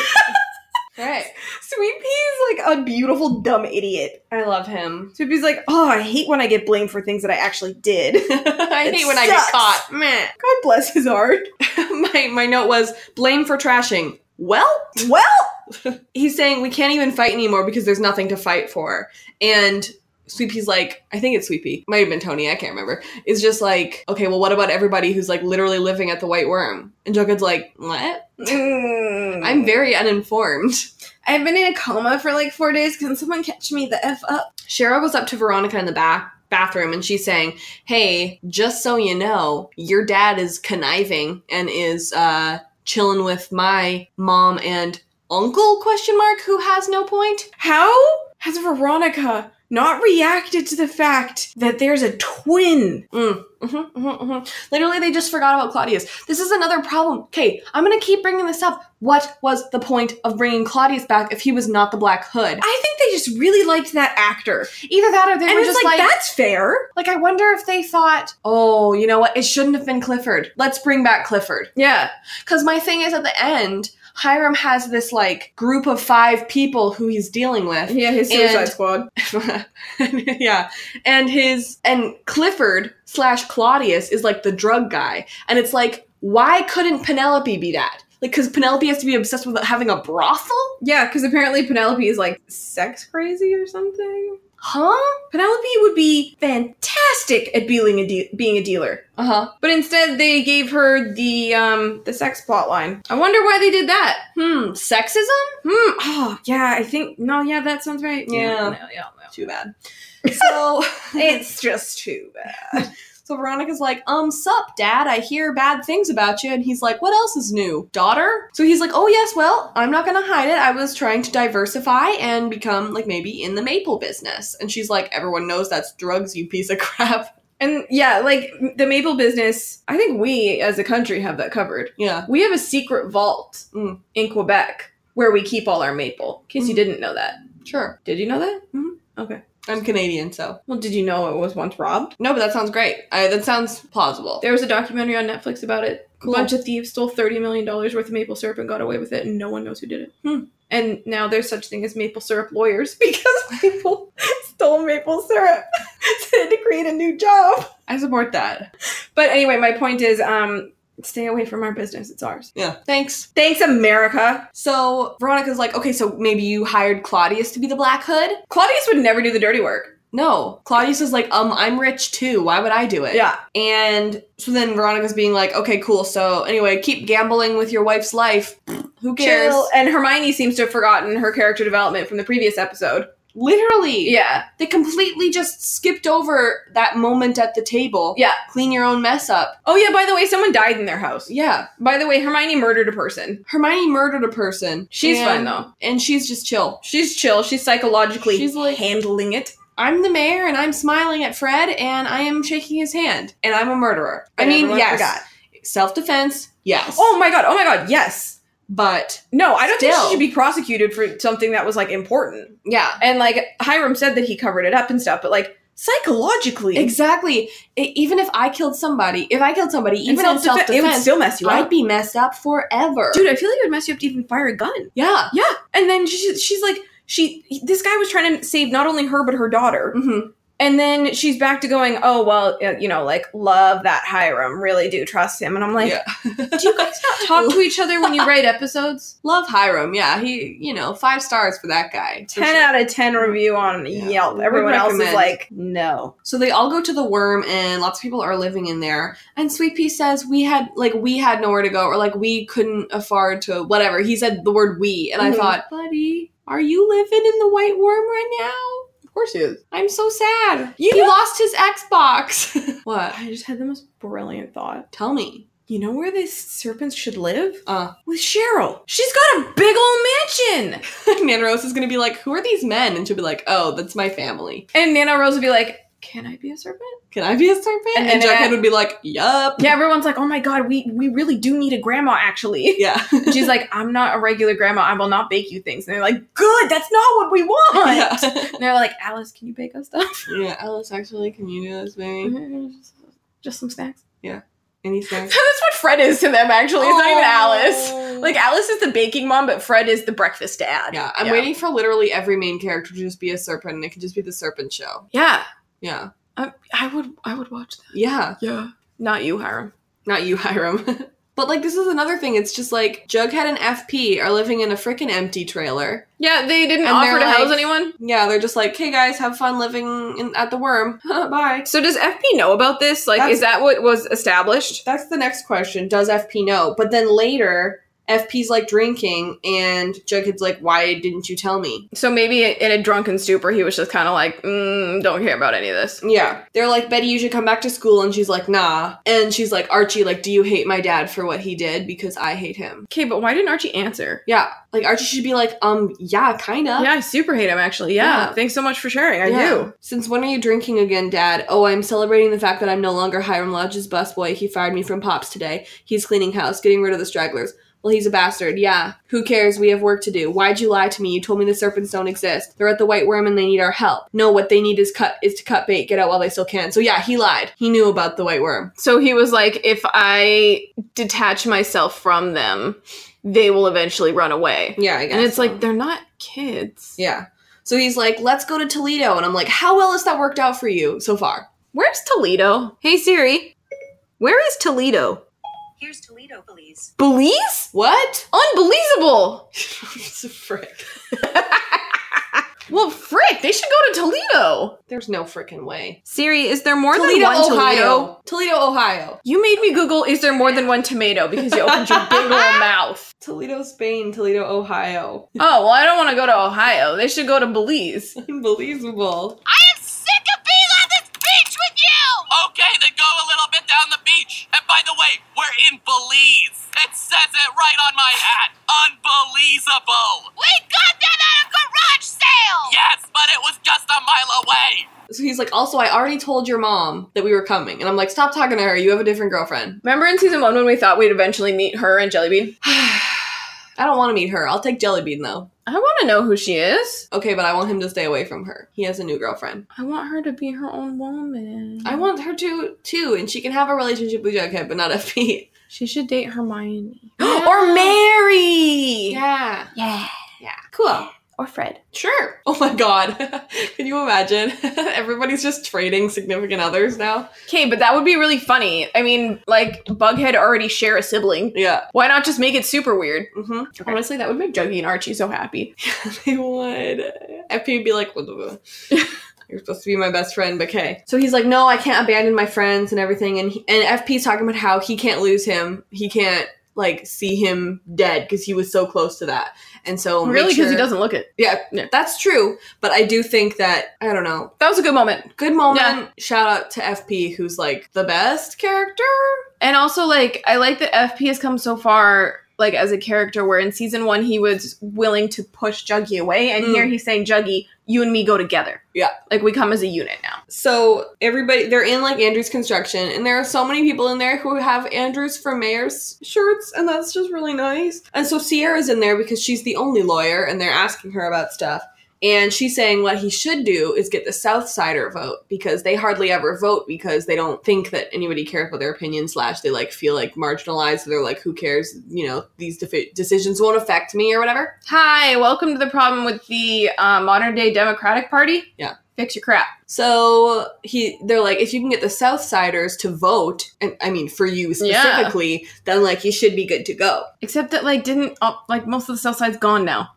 right. Sweet Pea is like a beautiful dumb idiot. I love him. Sweet Pea's like, oh, I hate when I get blamed for things that I actually did. I It hate when I get sucks. caught. Meh. God bless his heart. my my note was blame for trashing. Well, Well, he's saying we can't even fight anymore because there's nothing to fight for. And Sweet Pea's like, I think it's Sweet Pea. Might have been Tony, I can't remember. Is just like, okay, well, what about everybody who's like literally living at the White Worm? And Jughead's like, what? I'm I'm very uninformed. mm. I've been in a coma for like four days. Can someone catch me the F up? Cheryl goes up to Veronica in the back bathroom and she's saying, Hey, just so you know, your dad is conniving and is uh chilling with my mom and uncle question mark who has no point. How has Veronica not reacted to the fact that there's a twin. Mhm, mhm, mhm. Literally, they just forgot about Claudius. This is another problem. Okay, I'm gonna keep bringing this up. What was the point of bringing Claudius back if he was not the Black Hood? I think they just really liked that actor. Either that, or they And were it's just like, like, that's fair. like I wonder if they thought, oh, you know what? It shouldn't have been Clifford. Let's bring back Clifford. Yeah. Because my thing is, at the end, Hiram has this like group of five people who he's dealing with, Yeah, his Suicide Squad. yeah. And his and Clifford slash Claudius is like the drug guy, and it's like, why couldn't Penelope be that? Like, because Penelope has to be obsessed with having a brothel, Yeah, because apparently Penelope is like sex crazy or something. huh? Penelope would be fantastic at being a de- being a dealer, Uh huh. but instead they gave her the um the sex plot line. I wonder why they did that. Hmm. Sexism. ah, Hmm. Oh yeah, I think no. Yeah, that sounds right. Yeah. No, yeah, no. Too bad. So, It's just too bad. so Veronica's like, um, sup, Dad? I hear bad things about you, and he's like, what else is new, daughter? So he's like, oh yes, well, I'm not gonna hide it. I was trying to diversify and become like maybe in the maple business, and she's like, everyone knows that's drugs, you piece of crap. and yeah, like the maple business. I think we as a country have that covered. Yeah. We have a secret vault Mm. in Quebec where we keep all our maple. In case you Mhm. didn't know that. Sure. Did you know that? Mhm. Okay. I'm Canadian, so. Well, did you know it was once robbed? No, but that sounds great. I, that sounds plausible. There was a documentary on Netflix about it. Cool. A bunch of thieves stole $30 million worth of maple syrup and got away with it, and no one knows who did it. Hmm. And now there's such thing as maple syrup lawyers because people stole maple syrup to create a new job. I support that. But anyway, my point is um, stay away from our business. It's ours. Yeah. Thanks. Thanks, America. So Veronica's like, okay, so maybe you hired Claudius to be the Black Hood? Claudius would never do the dirty work. No. Claudius is like, um, I'm rich too. Why would I do it? Yeah. And so then Veronica's being like, okay, cool. So anyway, keep gambling with your wife's life. Who cares? Chill. And Hermione seems to have forgotten her character development from the previous episode. Literally. Yeah. They completely just skipped over that moment at the table. Yeah. Clean your own mess up. Oh yeah, by the way, someone died in their house. Yeah. By the way, Hermione murdered a person. Hermione murdered a person. She's fine And- though. And she's just chill. She's chill. She's psychologically She's like- handling it. I'm the mayor and I'm smiling at Fred and I am shaking his hand and I'm a murderer. I mean, yes. Self defense, yes. Oh my god. Oh my god. Yes. But No, I don't think Still. she should be prosecuted for something that was like important. yeah. And like Hiram said that he covered it up and stuff, but like psychologically, Exactly. I- even if I killed somebody, if I killed somebody, and even in self self-defe- it would defense, still mess you I'd up. be messed up forever. Uh, Dude, I feel like it would mess you up to even fire a gun. Yeah. Yeah. And then she, she's like, she he- this guy was trying to save not only her but her daughter. Mm-hmm. And then she's back to going, oh, well, uh, you know, like, love that Hiram, really do trust him. And I'm like, Yeah. do you guys not talk to each other when you write episodes? Love Hiram. Yeah. He, you know, five stars for that guy. for 10 sure. out of 10 review on Yeah. Yelp. Would Everyone else is recommend. like, no. So they all go to the worm, and lots of people are living in there. And Sweet Pea says we had like we had nowhere to go, or like we couldn't afford to whatever. He said the word we, and Mhm. I thought, buddy, are you living in the white worm right now? Of course he is. I'm so sad. You he know- lost his Xbox. what? I just had the most brilliant thought. Tell me. You know where these serpents should live? Uh, With Cheryl. She's got a big old mansion. Nana Rose is gonna be like, who are these men? And she'll be like, oh, that's my family. And Nana Rose would be like, can I be a serpent? Can I be a serpent? And And, then Jughead I- would be like, yup. Yeah, everyone's like, oh my god, we, we really do need a grandma, actually. Yeah. And she's like, I'm not a regular grandma. I will not bake you things. And they're like, good, that's not what we want. yeah. And they're like, Alice, can you bake us stuff? yeah. Alice, actually, can you do this, Mm-hmm. baby? Just some snacks. Any snacks? that's what Fred is to them, actually. It's not even Alice. Oh. Like, Alice is the baking mom, but Fred is the breakfast dad. yeah, I'm waiting for literally every main character to just be a serpent, and it could just be the serpent show. Yeah. Yeah, I, I would I would watch that. yeah, Yeah. Not you, Hiram. not you, Hiram. but like, this is another thing. It's just like Jughead and FP are living in a freaking empty trailer. Yeah, they didn't And offer they're to house like- anyone. Yeah, they're just like, hey guys, have fun living in, at the worm. Bye. So does FP know about this? Like, That's- is that what was established? That's the next question. Does FP know? But then later, FP's like drinking, and Jughead's like, "Why didn't you tell me?" So maybe in a drunken stupor, he was just kind of like, mm, don't care about any of this. Yeah, they're like, "Betty, you should come back to school," and she's like, "Nah," and she's like, "Archie, like, do you hate my dad for what he did? Because I hate him." Okay, but why didn't Archie answer? Yeah, like Archie should be like, "Um, yeah, kinda." Yeah, I super hate him actually. Yeah. Yeah. Thanks so much for sharing. I Yeah. do. Since when are you drinking again, Dad? Oh, I'm celebrating the fact that I'm no longer Hiram Lodge's busboy. He fired me from Pops today. He's cleaning house, getting rid of the stragglers. Well, he's a bastard. Yeah. Who cares? We have work to do. Why'd you lie to me? You told me the serpents don't exist. They're at the White Worm and they need our help. No, what they need is cut is to cut bait. Get out while they still can. So yeah, he lied. He knew about the White Worm. So he was like, if I detach myself from them, they will eventually run away. Yeah, I guess. and it's so. like, they're not kids. yeah. So he's like, let's go to Toledo, and I'm like, how well has that worked out for you so far? Where's Toledo? Hey Siri, where is Toledo? Here's Toledo, please. Belize? What? Unbelievable. it's a frick. Well, frick, they should go to Toledo. There's no frickin' way. Siri, is there more Toledo, than one Ohio. Toledo? Toledo. Ohio. You made me Google, is there more than one tomato? Because you opened your big old mouth. Toledo, Spain. Toledo, Ohio. Oh, well, I don't want to go to Ohio. They should go to Belize. Unbelievable. I am sick of being on this beach with you! Okay, then go a little bit down the beach. And by the way, we're in Belize. It says it right on my hat. Unbelievable. We got that at a garage sale! Yes, but it was just a mile away. So he's like, also, I already told your mom that we were coming. And I'm like, stop talking to her. You have a different girlfriend. Remember in season one when we thought we'd eventually meet her and Jellybean? I don't want to meet her. I'll take Jellybean, though. I want to know who she is. Okay, but I want him to stay away from her. He has a new girlfriend. I want her to be her own woman. I want her to, too. And she can have a relationship with Jughead, but not FP. She should date Hermione Or Mary. Yeah. Yeah. Yeah. Cool. Or Fred. Sure. Oh my god. Can you imagine? Everybody's just trading significant others now. Okay, but that would be really funny. I mean, like Bughead already share a sibling. Yeah. Why not just make it super weird? Mm-hmm. Honestly, that would make Juggy and Archie so happy. they would. FP would be like, "What the- you're supposed to be my best friend, but okay. So he's like, no, I can't abandon my friends and everything. And he, and FP's talking about how he can't lose him. He can't like see him dead because he was so close to that. And so make really, because he sure- doesn't look it. Yeah, Yeah. that's true. But I do think that I don't know. That was a good moment. Good moment. Yeah. Shout out to FP, who's like the best character. And also, like, I like that FP has come so far, like, as a character where in season one he was willing to push Juggy away, and Mm. here he's saying, Juggy, you and me go together. Yeah. Like, we come as a unit now. So everybody, they're in like Andrew's construction, and there are so many people in there who have Andrews for mayor's shirts, and that's just really nice. And so Sierra's in there because she's the only lawyer, and they're asking her about stuff. And she's saying what he should do is get the South Sider vote because they hardly ever vote because they don't think that anybody cares about their opinion. Slash, they like feel like marginalized. So they're like, who cares? You know, these defi- decisions won't affect me or whatever. Hi, welcome to the problem with the uh, modern day Democratic Party. Yeah. Fix your crap. So he, they're like, if you can get the South Siders to vote, and I mean for you Yeah. specifically, then like you should be good to go. Except that, like, didn't, uh, like, most of the South Side's gone now.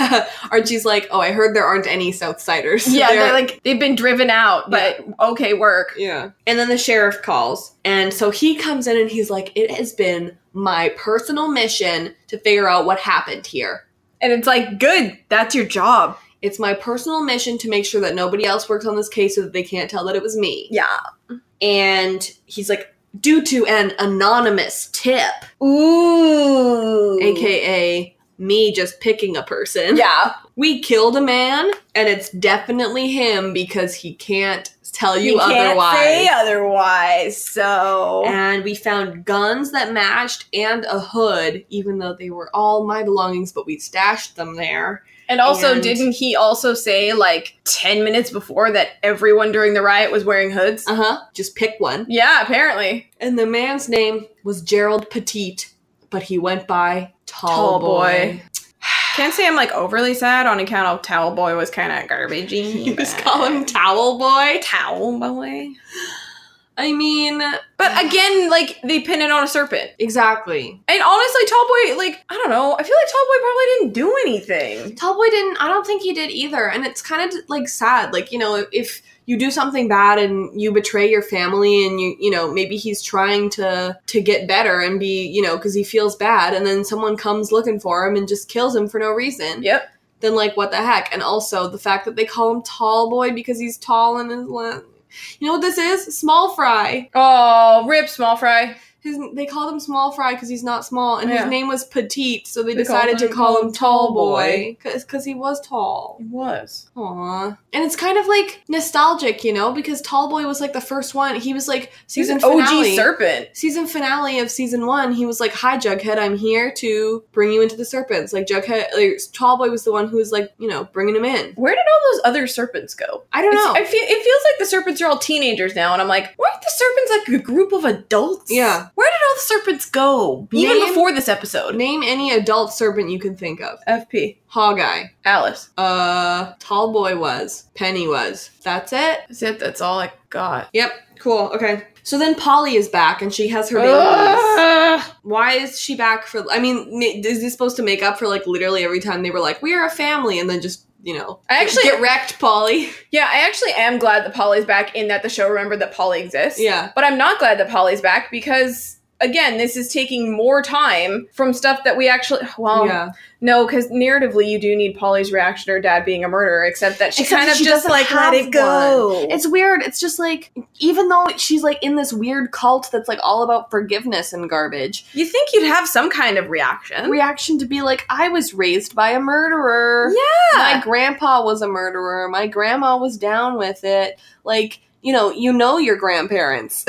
Yeah, Archie's like, oh, I heard there aren't any South Siders. Yeah, They're- they're, like, they've been driven out, but okay, work. yeah. And then the sheriff calls, and so he comes in and he's like, it has been my personal mission to figure out what happened here. And it's like, good, that's your job. It's my personal mission to make sure that nobody else works on this case so that they can't tell that it was me. Yeah. And he's like, due to an anonymous tip. Ooh. aka me just picking a person. Yeah. We killed a man, and it's definitely him because he can't tell you, You can't otherwise. say otherwise. So. and we found guns that matched and a hood, even though they were all my belongings, but we stashed them there. And also, And- didn't he also say like 10 minutes before that everyone during the riot was wearing hoods? Uh huh. Just pick one. yeah, apparently. And the man's name was Gerald Petit, but he went by Tall, Tall Boy. Can't say I'm like overly sad on account of Towel Boy was kind of garbagey. You just but- call him Towel Boy. Towel Boy. I mean, But again, like they pin it on a serpent. exactly. And honestly, Tallboy, like I don't know, I feel like Tallboy probably didn't do anything. Tallboy didn't. I don't think he did either, and it's kind of like sad. Like you know, if you do something bad and you betray your family, and you you know maybe he's trying to to get better and be you know because he feels bad, and then someone comes looking for him and just kills him for no reason. Yep. Then like what the heck? And also the fact that they call him Tallboy because he's tall and is. li- You know what this is? Small fry. Oh, rip, small fry. His, they called him Small Fry because he's not small, and Yeah. his name was Petite, so they, They called decided to him- call him called him Tallboy because he was tall. It was. Aw. And it's kind of like nostalgic, you know, because Tallboy was like the first one. He was like He's season an finale. OG serpent. Season finale of season one, he was like, "Hi, Jughead, I'm here to bring you into the serpents." Like Jughead, like Tallboy was the one who was like, you know, bringing him in. Where did all those other serpents go? I don't know. It's- I feel it feels like the serpents are all teenagers now, and I'm like, weren't the serpents like a group of adults? Yeah. Where did all the serpents go? Name- Even before this episode. Name any adult serpent you can think of. FP. Hawkeye, Alice. uh, Tallboy was, Penny was. That's it. That's it. That's all I got. Yep. Cool. Okay. So then Polly is back and she has her babies. Why is she back for? I mean, ma- is this supposed to make up for like literally every time they were like, "We are a family," and then just you know, I actually- get wrecked, Polly. Yeah, I actually am glad that Polly's back in that the show remembered that Polly exists. Yeah. But I'm not glad that Polly's back because again, this is taking more time from stuff that we actually well yeah. no, because narratively you do need Polly's reaction to her dad being a murderer, except that she Except kind that of she just doesn't like have let it go. It's weird. It's just like even though she's like in this weird cult that's like all about forgiveness and garbage, you think you'd have some kind of reaction. reaction to be like, "I was raised by a murderer." my grandpa was a murderer. My grandma was down with it. Like, you know, you know your grandparents.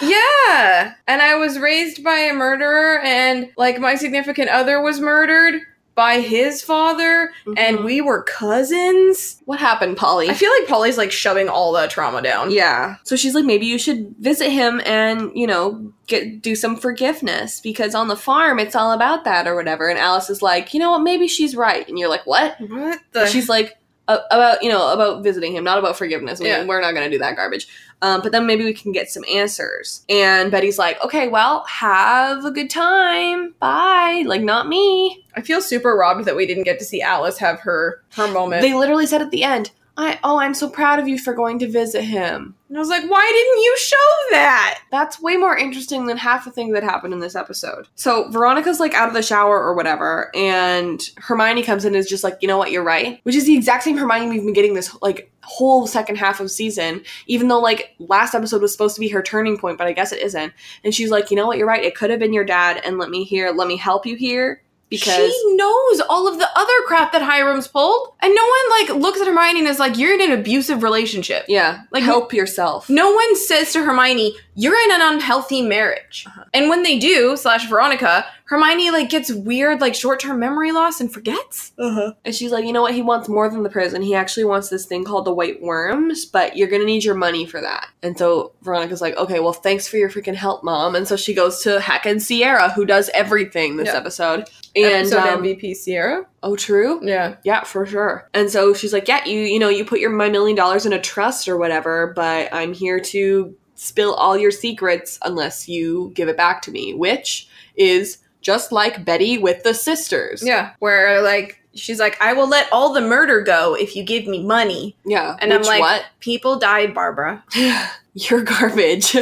Yeah. And I was raised by a murderer, and like my significant other was murdered by his father, and Mhm. we were cousins. what happened, Polly? I feel like Polly's like shoving all the trauma down. yeah. So she's like, maybe you should visit him and, you know, get do some forgiveness because on the farm it's all about that or whatever. And Alice is like, you know what, maybe she's right. And you're like, what? What the? she's like "A- about you know about visiting him not about forgiveness we, Yeah. we're not going to do that garbage um, but then maybe we can get some answers and betty's like okay well have a good time bye like not me I feel super robbed that we didn't get to see Alice have her her moment. they literally said at the end i oh i'm so proud of you for going to visit him and I was like, why didn't you show that? that's way more interesting than half the things that happened in this episode. So Veronica's like out of the shower or whatever, and Hermione comes in and is just like, you know what, you're right. Which is the exact same Hermione we've been getting this like whole second half of season, even though like last episode was supposed to be her turning point, but I guess it isn't. And she's like, you know what, you're right. It could have been your dad, and let me hear, let me help you here because she knows all of the other crap that Hiram's pulled, and no one like looks at Hermione and is like, "You're in an abusive relationship." yeah, Like, like help yourself. No one says to Hermione, "You're in an unhealthy marriage." And when they do, slash Veronica, Hermione like gets weird like short-term memory loss and forgets. And she's like, you know what? He wants more than the prison. He actually wants this thing called the White Worms, but you're gonna need your money for that. And so Veronica's like, okay, well, thanks for your freaking help, mom. And so she goes to Heck and Sierra, who does everything this Yeah. episode. And um, MVP Sierra. oh, true, Yeah. yeah, for sure. And so she's like, yeah, you, you know, you put your my million dollars in a trust or whatever, but I'm here to spill all your secrets unless you give it back to me, which is just like Betty with the sisters. Yeah. Where like she's like, I will let all the murder go if you give me money. yeah. And I'm Which like- what? People died, Barbara. You're garbage.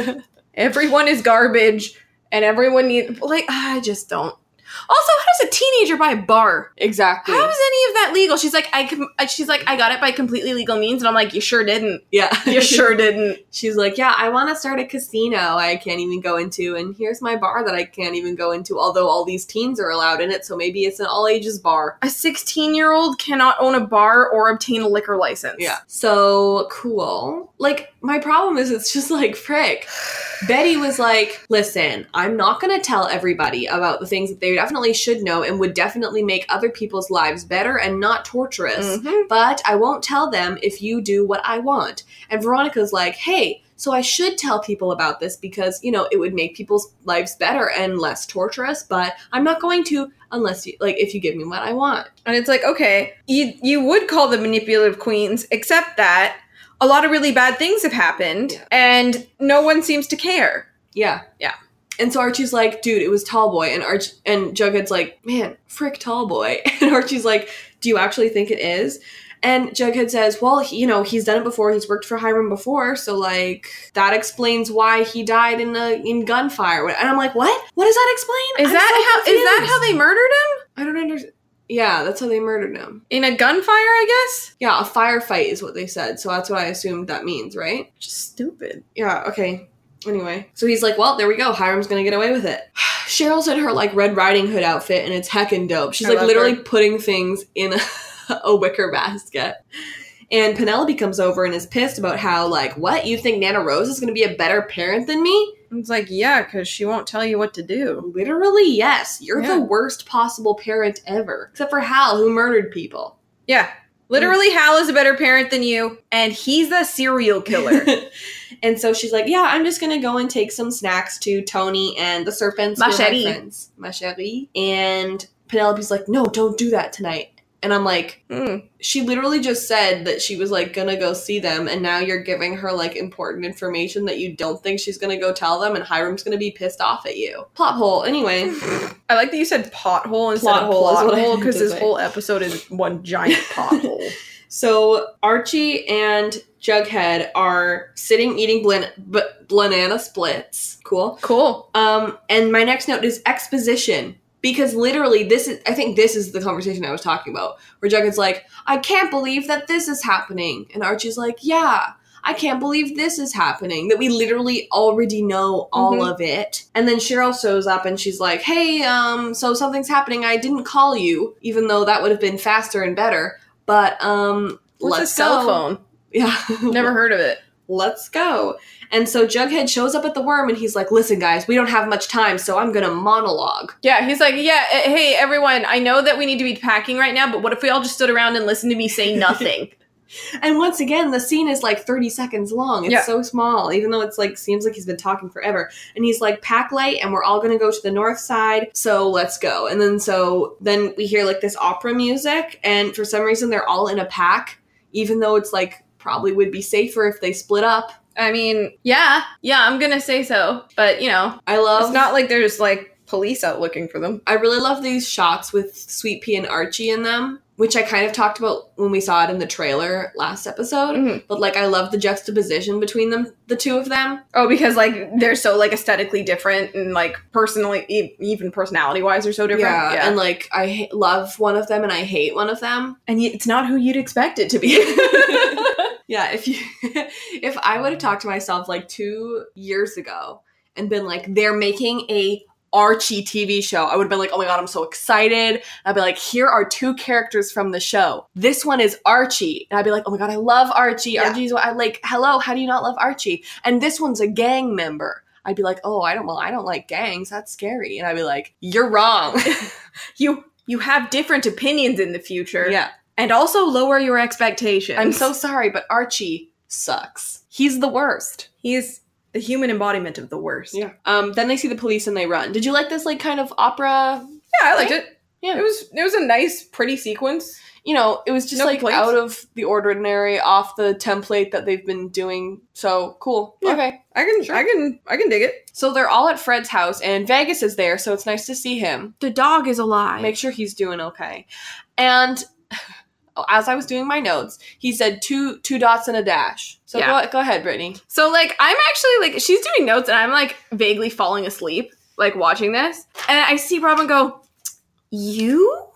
Everyone is garbage and everyone needs like I just don't. Also, how does a teenager buy a bar? exactly. How is any of that legal? She's like, I com- she's like, I got it by completely legal means, and I'm like, you sure didn't. yeah. You sure didn't. She's like, yeah, I want to start a casino I can't even go into, and here's my bar that I can't even go into, although all these teens are allowed in it, so maybe it's an all ages bar. A 16 year old cannot own a bar or obtain a liquor license. So cool. Like, my problem is it's just like, frick. Betty was like, listen, I'm not going to tell everybody about the things that they definitely should know and would definitely make other people's lives better and not torturous. Mhm. but I won't tell them if you do what I want. And Veronica's like, hey, so I should tell people about this because, you know, it would make people's lives better and less torturous, but I'm not going to unless you, like, if you give me what I want. And it's like, okay, you you would call them manipulative queens, except that a lot of really bad things have happened, Yeah. and no one seems to care. Yeah. Yeah. And so Archie's like, dude, it was Tallboy. And Arch and Jughead's like, man, frick Tallboy. And Archie's like, do you actually think it is? And Jughead says, well, he, you know, he's done it before. He's worked for Hiram before. So, like, that explains why he died in a, in gunfire. And I'm like, what? What does that Is explain? I'm that so how is that confused. how they murdered him? I don't understand. Yeah, that's how they murdered him. In a gunfire, I guess? Yeah, a firefight is what they said. So that's what I assumed that means, right? Just stupid. Yeah, okay. Anyway, so he's like, well, there we go. Hiram's gonna get away with it. Cheryl's in her like Red Riding Hood outfit, and it's heckin' dope. She's I like love literally her. putting things in a, a wicker basket. And Penelope comes over and is pissed about how like, what you think Nana Rose is gonna be a better parent than me? It's like, yeah, because she won't tell you what to do. Literally, yes. You're Yeah. the worst possible parent ever, except for Hal, who murdered people. Yeah. Literally, Hal is a better parent than you, and he's a serial killer. and so she's like, "Yeah, I'm just gonna go and take some snacks to Tony and the serpents, who are Ma chérie. my friends, ma chérie." And Penelope's like, "No, don't do that tonight." And I'm like, Mm. she literally just said that she was like gonna go see them, and now you're giving her like important information that you don't think she's gonna go tell them, and Hiram's gonna be pissed off at you. Plot hole. Anyway, I like that you said pothole instead Plot of hole is plot what I hole meant because to this say. whole episode is one giant pothole. so Archie and Jughead are sitting eating blan- b- banana splits. Cool. cool. Um, and my next note is exposition. Because literally, this is, I think this is the conversation I was talking about, where Jughead's like, I can't believe that this is happening. And Archie's like, Yeah, I can't believe this is happening. That we literally already know all Mhm. of it. And then Cheryl shows up and she's like, Hey, um, so something's happening. I didn't call you, even though that would have been faster and better. But, um, What's let's a cell go. phone? Yeah. Never heard of it. let's go. And so Jughead shows up at the worm and he's like, listen, guys, we don't have much time, so I'm gonna monologue. Yeah, he's like, yeah, eh, hey, everyone, I know that we need to be packing right now, but what if we all just stood around and listened to me say nothing? And once again, the scene is like 30 seconds long. It's Yeah. so small, even though it's like seems like he's been talking forever. And he's like, pack light, and we're all gonna go to the north side, so let's go. And then so then we hear like this opera music, and for some reason they're all in a pack, even though it's like probably would be safer if they split up. I mean, yeah, yeah, I'm gonna say so, but you know, I love it's not like there's like police out looking for them. I really love these shots with Sweet Pea and Archie in them, which I kind of talked about when we saw it in the trailer last episode. Mhm. But like, I love the juxtaposition between them, the two of them. Oh, because like they're so like aesthetically different and like personally, e- even personality wise, they're so different. Yeah, and like I ha- love one of them and I hate one of them. and y- it's not who you'd expect it to be. Yeah, if you, if I would have talked to myself like two years ago and been like, they're making a Archie TV show, I would have been like, oh my god, I'm so excited. I'd be like, here are two characters from the show. This one is Archie, and I'd be like, oh my god, I love Archie. Yeah. Archie's what I like. Hello, how do you not love Archie? And this one's a gang member. I'd be like, oh, I don't. Well, I don't like gangs. That's scary. And I'd be like, you're wrong. you you have different opinions in the future. yeah. And also lower your expectations. I'm so sorry, but Archie sucks. He's the worst. he's the human embodiment of the worst. Yeah. Um. Then they see the police and they run. Did you like this like kind of opera? Yeah, I liked it. Yeah. It was it was a nice, pretty sequence. You know, it was just No like complaints. out of the ordinary, off the template that they've been doing. So cool. Yeah. Okay. I can I can I can dig it. So they're all at Fred's house, and Vegas is there, so it's nice to see him. The dog is alive. Make sure he's doing okay. And as I was doing my notes, he said two two dots and a dash. So Yeah. go, go ahead, Brittany. so like I'm actually like she's doing notes and I'm like vaguely falling asleep, like watching this. And I see Robin go, You?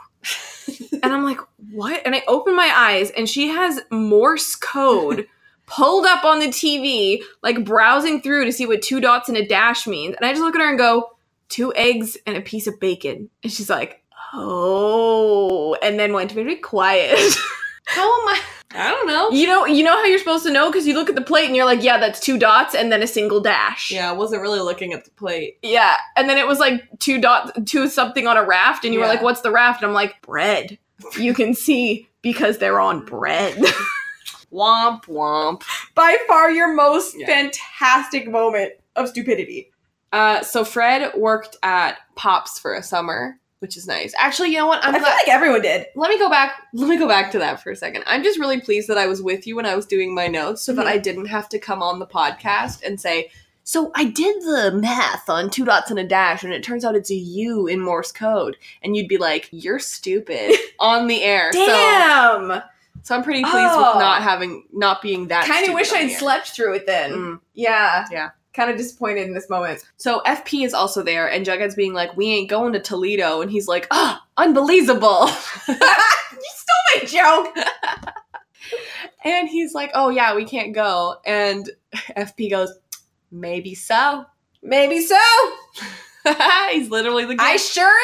and I'm like, what? And I open my eyes and she has Morse code pulled up on the TV, like browsing through to see what two dots and a dash means. And I just look at her and go, two eggs and a piece of bacon. And she's like, oh, and then went very quiet. How am I? I don't know. You know, you know how you're supposed to know because you look at the plate and you're like, yeah, that's two dots and then a single dash. Yeah, I wasn't really looking at the plate. Yeah. And then it was like two dots, two something on a raft, and you Yeah. were like, what's the raft? And I'm like, bread. You can see because they're on bread. Womp womp. By far your most Yeah. fantastic moment of stupidity. Uh, so Fred worked at Pops for a summer, which is nice. Actually, you know what? I'm I feel glad. like everyone did. let me go back. Let me go back to that for a second. I'm just really pleased that I was with you when I was doing my notes, so Mm-hmm. that I didn't have to come on the podcast and say. So I did the math on two dots and a dash, and it turns out it's a U in Morse code, and you'd be like, "You're stupid" on the air. So, Damn. so I'm pretty pleased Oh. with not having, not being that. kind of stupid wish on I'd the air. slept through it then. Mm. Yeah. Yeah. Kind of disappointed in this moment. So FP is also there, and Jughead's being like, "We ain't going to Toledo," and he's like, "Ah, unbelievable." My joke. And he's like, "Oh yeah, we can't go." And FP goes, "Maybe so." Maybe so. he's literally the guy. I sure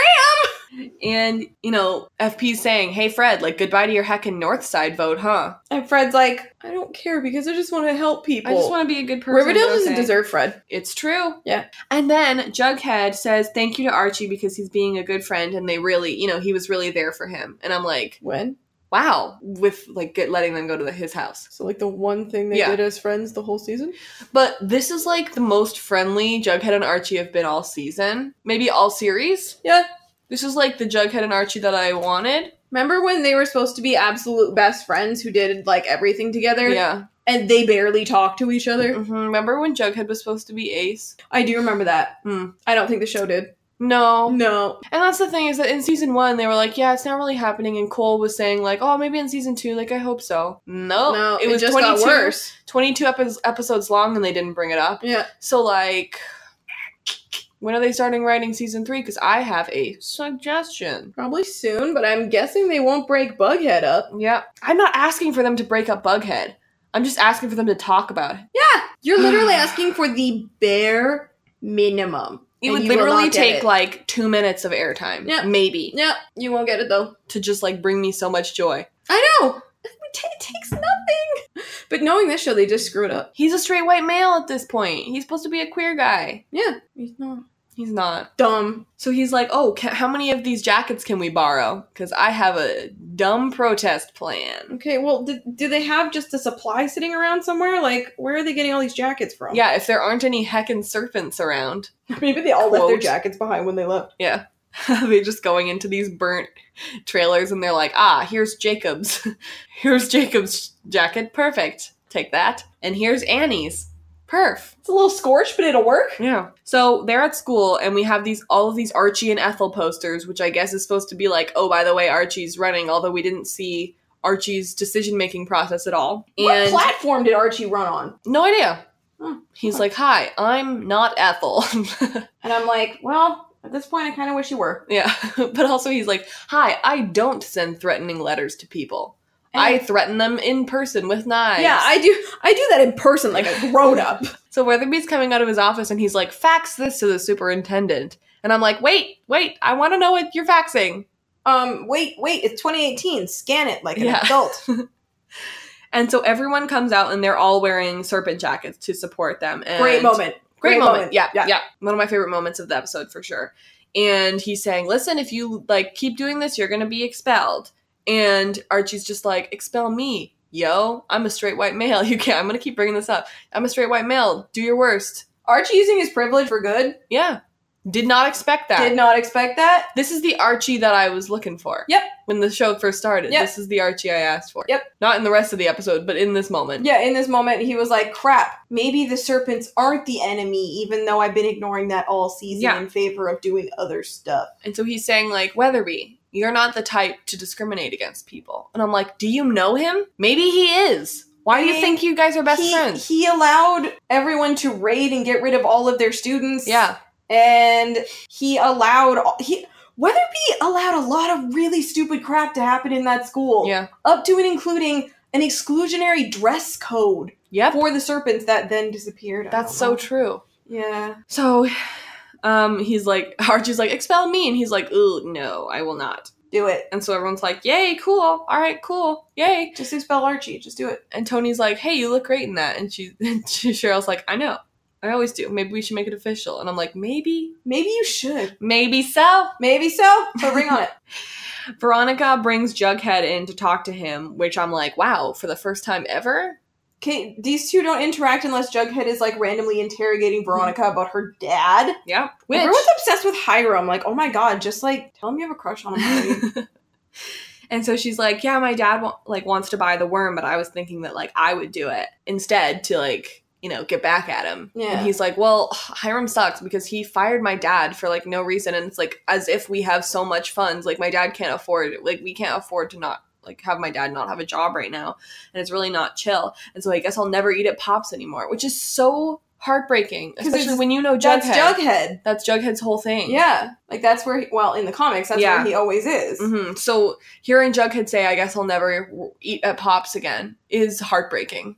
am. and you know, FP's saying, "Hey Fred, like goodbye to your heckin' North Side vote, huh?" And Fred's like, I don't care because I just want to help people. I just want to be a good person. Riverdale but doesn't okay." deserve Fred. It's true. Yeah. And then Jughead says, "Thank you to Archie because he's being a good friend, and they really, you know, he was really there for him." And I'm like, When? "Wow," with like get, letting them go to the, his house. So like the one thing Yeah. as friends the whole season? But this is like the most friendly Jughead and Archie have been all season, maybe all series. Yeah. This is like the Jughead and Archie that I wanted. Remember when they were supposed to be absolute best friends who did like everything together Yeah. and they barely talked to each other? hmm Remember when Jughead was supposed to be Ace? I do remember that. Mm. I don't think the show did. No. Oh, No. And that's the thing is that in season one, they were like, yeah, it's not really happening. And Cole was saying, like, oh, maybe in season two, like, I hope so. No. no, Oh, it, just got worse. 22 epi- episodes long and they didn't bring it up. Yeah. So, like, when are they starting writing season three? Because I have a suggestion. Probably soon, but I'm guessing they won't break Bughead up. Yeah. I'm not asking for them to break up Bughead. I'm just asking for them to talk about it. Yeah, you're literally asking for the bare minimum. It and would you will literally not get take it. like two minutes of airtime. Yeah. Maybe. Yeah, you won't get it though. To just like bring me so much joy. I know. It takes nothing. But knowing this show, they just screw it up. He's a straight white male at this point. He's supposed to be a queer guy. Yeah, he's not He's not. dumb. So he's like, oh, ca how many of these jackets can we borrow? Because I have a dumb protest plan. Okay, well, do, do they have just a supply sitting around somewhere? Like, where are they getting all these jackets from? Yeah, if there aren't any heckin' serpents around, maybe they all left their Quote. jackets behind when they left. they're just going into these burnt trailers and they're like, ah, here's Jacob's. here's Jacob's jacket. Perfect. Take that. And here's Annie's. Perf. It's a little scorched, but it'll work. Yeah. So they're at school and we have these all of these Archie and Ethel posters, which I guess is supposed to be like, oh, by the way, Archie's running, although we didn't see Archie's decision making process at all. what and platform did Archie run on? no idea. Hmm. He's like, hi, I'm not Ethel. And I'm like, well, at this point, I kind of wish you were. yeah. but also he's like, hi, I don't send threatening letters to people. And I threaten them in person with knives. Yeah, I do. I do that in person, like a grown up. so Weatherby's coming out of his office and he's like, fax this to the superintendent. And I'm like, wait, wait, I want to know what you're faxing. Um, wait, wait, it's 2018. Scan it like an Yeah. adult. And so everyone comes out and they're all wearing serpent jackets to support them. And Great moment. Great, Great moment. moment. Yeah, Yeah. yeah. One of my favorite moments of the episode for sure. And he's saying, listen, if you like keep doing this, you're going to be expelled. And Archie's just like, expel me. Yo, I'm a straight white male. You can't. I'm going to keep bringing this up. I'm a straight white male. Do your worst. Archie using his privilege for good. Yeah. Did not expect that. Did not expect that. This is the Archie that I was looking for. Yep. When the show first started. Yep. This is the Archie I asked for. Yep. Not in the rest of the episode, but in this moment. Yeah, in this moment, he was like, crap, maybe the serpents aren't the enemy, even though I've been ignoring that all season Yeah. in favor of doing other stuff. And so he's saying, like, Weatherby, you're not the type to discriminate against people. And I'm like, do you know him? Maybe he is. Why I do you mean, think you guys are best he, friends? He allowed everyone to raid and get rid of all of their students. yeah. And he allowed, all- he. Weatherby allowed a lot of really stupid crap to happen in that school. Yeah. up to and including an exclusionary dress code Yep. for the serpents that then disappeared. I That's don't so know. true. Yeah. So um he's like Archie's like, expel me, and he's like, ooh, no, I will not. Do it. And so everyone's like, Yay, cool, alright, cool, yay. Just expel Archie. Just do it. And Tony's like, "Hey, you look great in that." And she, and she Cheryl's like, "I know, I always do. Maybe we should make it official." And I'm like, "Maybe, Maybe you should. maybe so." Maybe so, but ring on it. Veronica brings Jughead in to talk to him, which I'm like, "Wow, for the first time ever, Can, these two don't interact unless Jughead is like randomly interrogating Veronica about her dad. Yeah. Mm-hmm. Which Everyone's obsessed with Hiram. Like, oh my god, just like tell him you have a crush on him. buddy. And so she's like, "Yeah, my dad wa- like wants to buy the worm, but I was thinking that like I would do it instead to like, you know, get back at him." Yeah. And he's like, "Well, Hiram sucks because he fired my dad for like no reason and it's like as if we have so much funds, like my dad can't afford like we can't afford to not like have my dad not have a job right now and it's really not chill. And so I guess I'll never eat at Pops anymore, which is so heartbreaking, 'Cause especially it's- when you know Jughead. that's Jughead. That's Jughead's whole thing. Yeah, like that's where. He, well, in the comics, that's Yeah. where he always is. hmm So hearing Jughead say, "I guess I'll never w- eat at Pops again," is heartbreaking.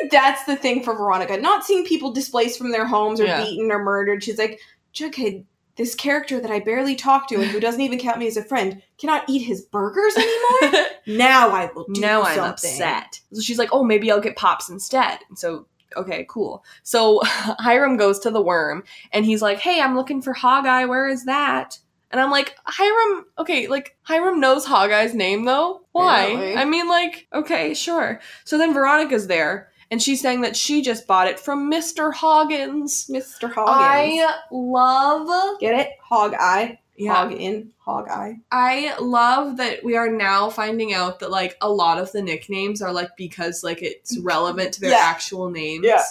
And that's the thing for Veronica. Not seeing people displaced from their homes or Yeah. beaten or murdered. She's like, Jughead, this character that I barely talk to and who doesn't even count me as a friend cannot eat his burgers anymore. now I will do now something. I'm upset. So she's like, "Oh, maybe I'll get Pops instead." And so, okay, cool. So Hiram goes to the worm, and he's like, "Hey, I'm looking for Hawkeye. Where is that?" And I'm like, Hiram, okay, like, Hiram knows Hawkeye's name though. Why? Apparently. I mean, like, okay, sure. So then Veronica's there, and she's saying that she just bought it from Mr. Hoggins. Mr. Hoggins. I love Get it? Hog eye. Yeah. Hog in. Hog eye. I love that we are now finding out that like a lot of the nicknames are like because like it's relevant to their Mm-hmm. Yeah. actual names. Yeah.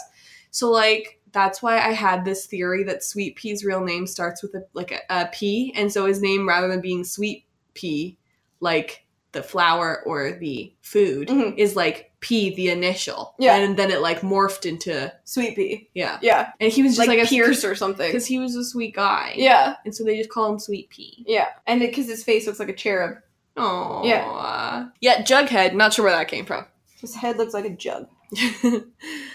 So like that's why I had this theory that Sweet Pea's real name starts with a like a, a P, and so his name rather than being Sweet Pea, like the flower or the food, Mhm. is like P the initial. Yeah. And then it like morphed into Sweet pea. yeah. Yeah. And he was just Like, like, Pierce or something. because he was a sweet guy. Yeah. And so they just call him Sweet Pea. Yeah. And because his face looks like a cherub. Oh Yeah. Yeah, Jughead, not sure where that came from. His head looks like a jug.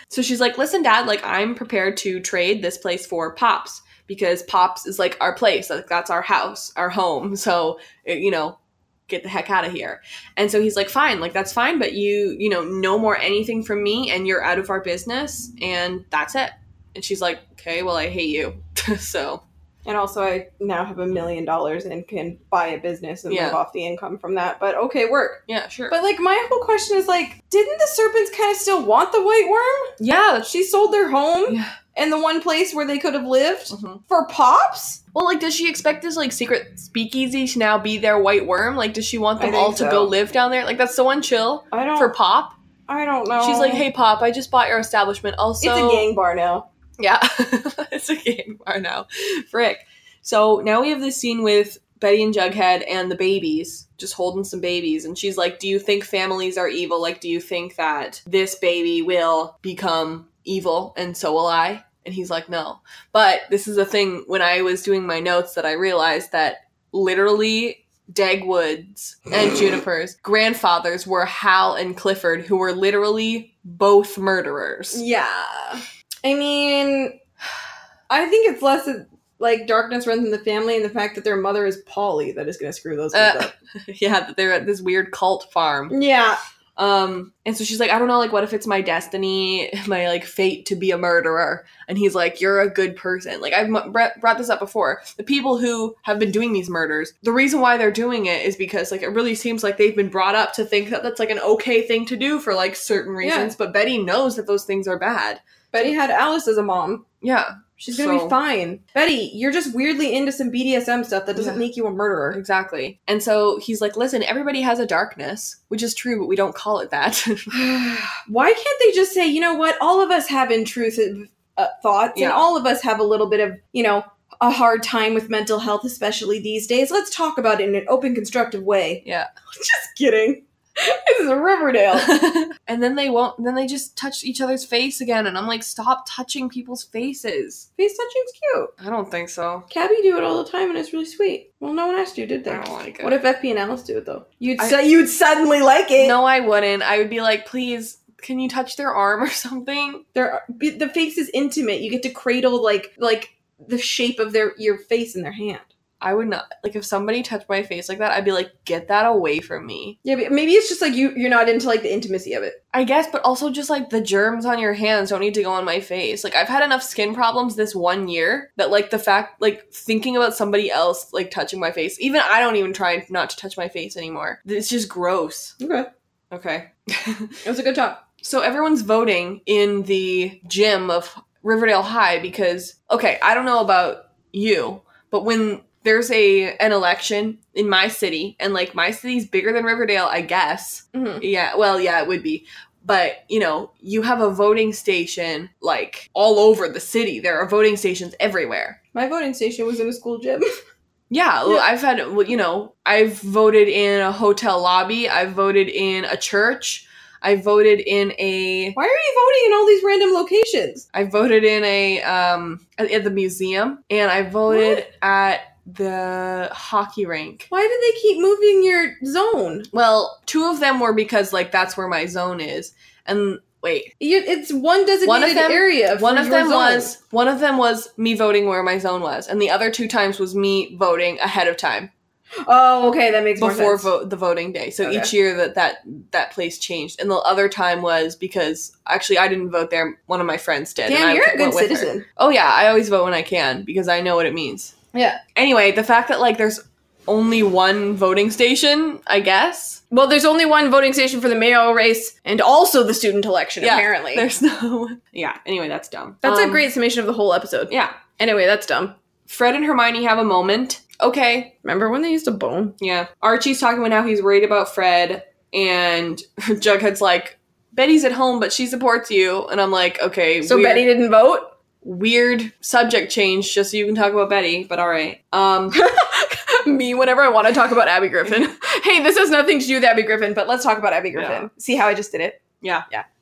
so she's like, listen, Dad, like I'm prepared to trade this place for Pops because Pops is like our place. Like that's our house, our home. So, eh, you know, get the heck out of here. And so he's like, fine, like that's fine, but you, you know, no more anything from me and you're out of our business and that's it. And she's like, okay, well, I hate you. so, And also, I now have a million dollars and can buy a business and Yeah. live off the income from that. But okay, work. yeah, sure. But like, my whole question is like, didn't the serpents kind of still want the white worm? yeah, that's. She sold their home Yeah. and the one place where they could have lived Mhm. for pops. Well, like, does she expect this like secret speakeasy to now be their white worm? Like, does she want I them think all to so. go live down there? Like, that's so unchill I don't. for Pop. I don't know. She's like, "Hey, Pop, I just bought your establishment. Also, it's a gang bar now. Yeah, it's a gang bar now. Frick. So now we have this scene with Betty and Jughead and the babies just holding some babies, and she's like, "Do you think families are evil? Like, do you think that this baby will become evil, and so will I?" And he's like, "No." But this is a thing when I was doing my notes that I realized that literally Dagwood's and Juniper's grandfathers were Hal and Clifford, who were literally both murderers. Yeah. I mean, I think it's less of, like darkness runs in the family and the fact that their mother is Polly that is going to screw those kids Uh, up. yeah, that they're at this weird cult farm. Yeah. Um, and so she's like, I don't know, like, what if it's my destiny, my like fate to be a murderer? And he's like, You're a good person. Like I've m- br- brought this up before. The people who have been doing these murders, the reason why they're doing it is because like it really seems like they've been brought up to think that that's like an okay thing to do for like certain Yeah. reasons. But Betty knows that those things are bad. Betty had Alice as a mom. Yeah, She's gonna So- be fine. Betty, you're just weirdly into some BDSM stuff that doesn't Yeah. make you a murderer. exactly. And so he's like, Listen, everybody has a darkness, which is true, but we don't call it that. Why can't they just say, you know what? All of us have intrusive uh, thoughts, and Yeah. all of us have a little bit of, you know, a hard time with mental health, especially these days. Let's talk about it in an open, constructive way. Yeah. just kidding. this is a Riverdale. and then they won't then they just touch each other's face again and i'm like stop touching people's faces Face touching's cute. i don't think so Cabby do it all the time, and it's really sweet. Well, no one asked you, did they? I don't like it. What if FP and Alice do it though? You'd I- su- you'd suddenly like it. no i wouldn't i would be like please can you touch their arm or something There, are, be- the face is intimate. You get to cradle like like the shape of their your face in their hand. i would not like if somebody touched my face like that i'd be like get that away from me Yeah, but maybe it's just like you you're not into like the intimacy of it. i guess but also just like the germs on your hands don't need to go on my face like i've had enough skin problems this one year that like the fact like thinking about somebody else like touching my face even i don't even try not to touch my face anymore it's just gross Okay, okay it was a good talk. So everyone's voting in the gym of Riverdale High because okay, I don't know about you, but when there's a an election in my city and like my city's bigger than Riverdale, I guess. Mhm. Yeah, well, yeah, it would be. But, you know, you have a voting station like all over the city. There are voting stations everywhere. My voting station was in a school gym. Yeah, well, Yeah. I've had, well, you know, I've voted in a hotel lobby. I've voted in a church. I voted in a, Why are you voting in all these random locations? I voted in a, um, at, at the museum, and I voted at the hockey rink. Why did they keep moving your zone? Well, two of them were because like that's where my zone is, and wait, You, it's one designated them- area. for one of your them zone. was one of them was me voting where my zone was, and the other two times was me voting ahead of time. Oh, okay, that makes more before sense. vote the voting day. So Okay. each year that that that place changed, and the other time was because actually I didn't vote there. One of my friends did. and I Damn, you're a went good with her. citizen. Oh yeah, I always vote when I can because I know what it means. Yeah. Anyway, the fact that like there's only one voting station, I guess. Well, there's only one voting station for the mayoral race and also the student election. Yeah, apparently, There's no. Yeah. Anyway, that's dumb. that's Um, a great summation of the whole episode. Yeah. Anyway, that's dumb. Fred and Hermione have a moment. Okay, Remember when they used a bone? Yeah. Archie's talking about how he's worried about Fred, and Jughead's like, Betty's at home, but she supports you. And I'm like, okay, So weird, Betty didn't vote. weird subject change, just so you can talk about Betty, but all right. Um, Me whenever I want to talk about Abby Griffin. hey, this has nothing to do with Abby Griffin, but let's talk about Abby Griffin. Yeah. See how I just did it?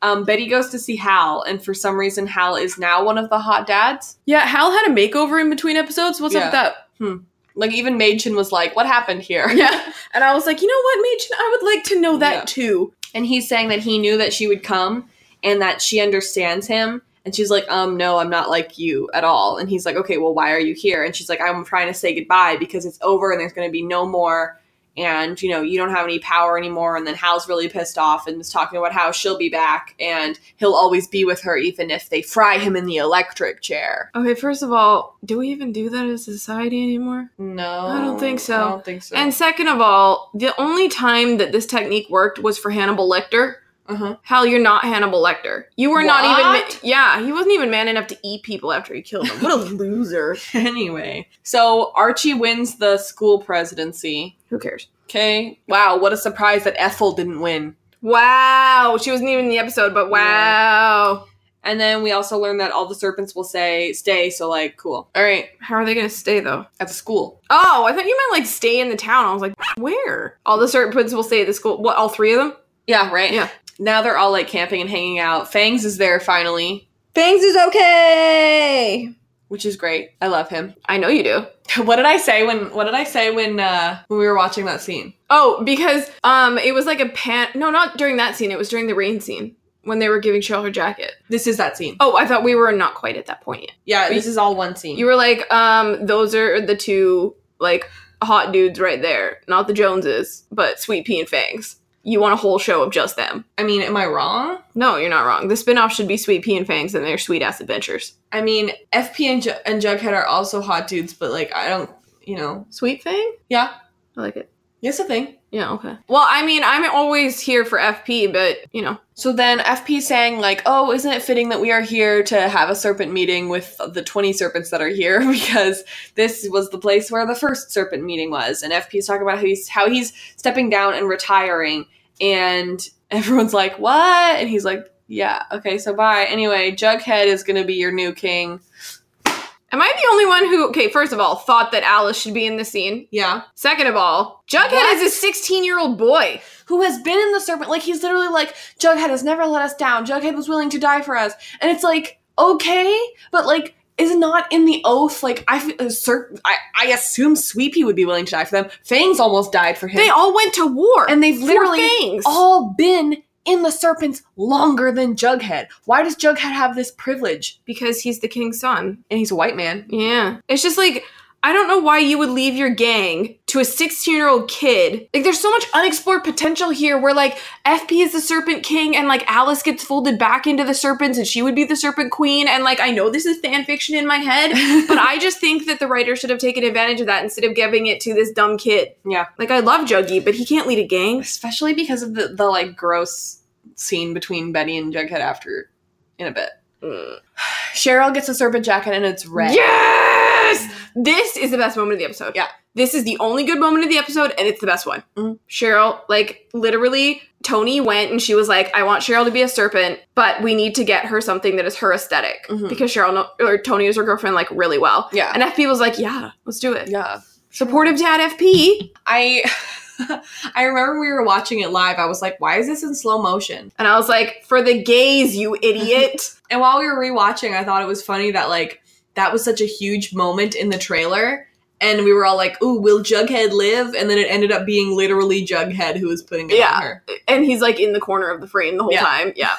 um, Betty goes to see Hal, and for some reason, Hal is now one of the hot dads. Yeah, Hal had a makeover in between episodes. What's up Yeah. with Like, even Madchen was like, what happened here? that? Yeah. And I was like, you know what, Machen, I would like to know that Yeah. too. And he's saying that he knew that she would come and that she understands him. And she's like, um, no, I'm not like you at all. And he's like, okay, well, why are you here? And she's like, I'm trying to say goodbye because it's over and there's going to be no more. And, you know, you don't have any power anymore. And then Hal's really pissed off and is talking about how she'll be back and he'll always be with her even if they fry him in the electric chair. Okay, first of all, do we even do that as a society anymore? No. I don't think so. I don't think so. And second of all, the only time that this technique worked was for Hannibal Lecter. uh-huh. Hal, you're not Hannibal Lecter. You were not even. What? Ma- yeah, he wasn't even man enough to eat people after he killed them. What a loser. anyway, so Archie wins the school presidency. Who cares? Okay. Wow, what a surprise that Ethel didn't win. Wow, she wasn't even in the episode, but wow. And then we also learned that all the serpents will say stay, so like cool. All right, How are they gonna stay though? at the school. Oh, I thought you meant like stay in the town. I was like, where? All the serpents will stay at the school. What? All three of them? Yeah, right? Yeah. Now they're all like camping and hanging out. Fangs is there finally, Bangs is okay. which is great. I love him. I know you do. what did I say when what did I say when uh when we were watching that scene? Oh, because um, it was like a pan. No, not during that scene. It was during the rain scene when they were giving Shell her jacket. This is that scene. Oh, I thought we were not quite at that point yet. Yeah, this is all one scene. You were like, um, those are the two like hot dudes right there, not the Joneses, but Sweet Pea and Fangs. You want a whole show of just them. I mean, am I wrong? No, you're not wrong. The spin-off should be Sweet Pea and Fangs and their sweet ass adventures. I mean, FP and, Ju- and Jughead are also hot dudes, but like I don't, you know. Sweet Fang? Yeah, I like it. yes, a thing. Yeah, okay. Well, I mean, I'm always here for FP, but you know. So then FP saying like, "Oh, isn't it fitting that we are here to have a serpent meeting with the 20 serpents that are here because this was the place where the first serpent meeting was." And FP's talking about how he's how he's stepping down and retiring and everyone's like, "What?" And he's like, "Yeah, okay, so bye. Anyway, Jughead is going to be your new king." Am I the only one who okay, first of all, thought that Alice should be in the scene? Yeah. Second of all, Jughead What? is a sixteen year old boy. Who has been in the serpent like he's literally like, "Jughead has never let us down. Jughead was willing to die for us." and it's like okay but like is not in the oath like i f- uh, cer- I, I assume sweepy would be willing to die for them fangs almost died for him They all went to war. and they've for literally Fangs. all been in the serpents longer than jughead why does jughead have this privilege because he's the king's son. and he's a white man Yeah. It's just like I don't know why you would leave your gang to a 16 year old kid. Like, there's so much unexplored potential here where, like, FP is the Serpent King and, like, Alice gets folded back into the Serpents and she would be the Serpent Queen. And, like, I know this is fan fiction in my head, but I just think that the writer should have taken advantage of that instead of giving it to this dumb kid. Yeah. Like, I love Juggy, but he can't lead a gang. especially because of the, the like gross scene between Betty and Jughead after in a bit. Mm. Cheryl gets a serpent jacket and it's red. Yes! This is the best moment of the episode. Yeah. This is the only good moment of the episode, and it's the best one. Mhm. Cheryl, like, literally, Tony went and she was like, I want Cheryl to be a serpent, but we need to get her something that is her esthetic Mhm. Because Cheryl, know- or Tony is her girlfriend, like, really well. Yeah. And FP was like, yeah, let's do it. yeah. Supportive dad FP. I I remember we were watching it live. I was like, why is this in slow motion? And I was like, for the gays, you idiot. And while we were rewatching, I thought it was funny that like that was such a huge moment in the trailer. And we were all like, ooh, will Jughead live? And then it ended up being literally Jughead who was putting it Yeah. on her. and he's like in the corner of the frame the whole Yeah. time. Yeah.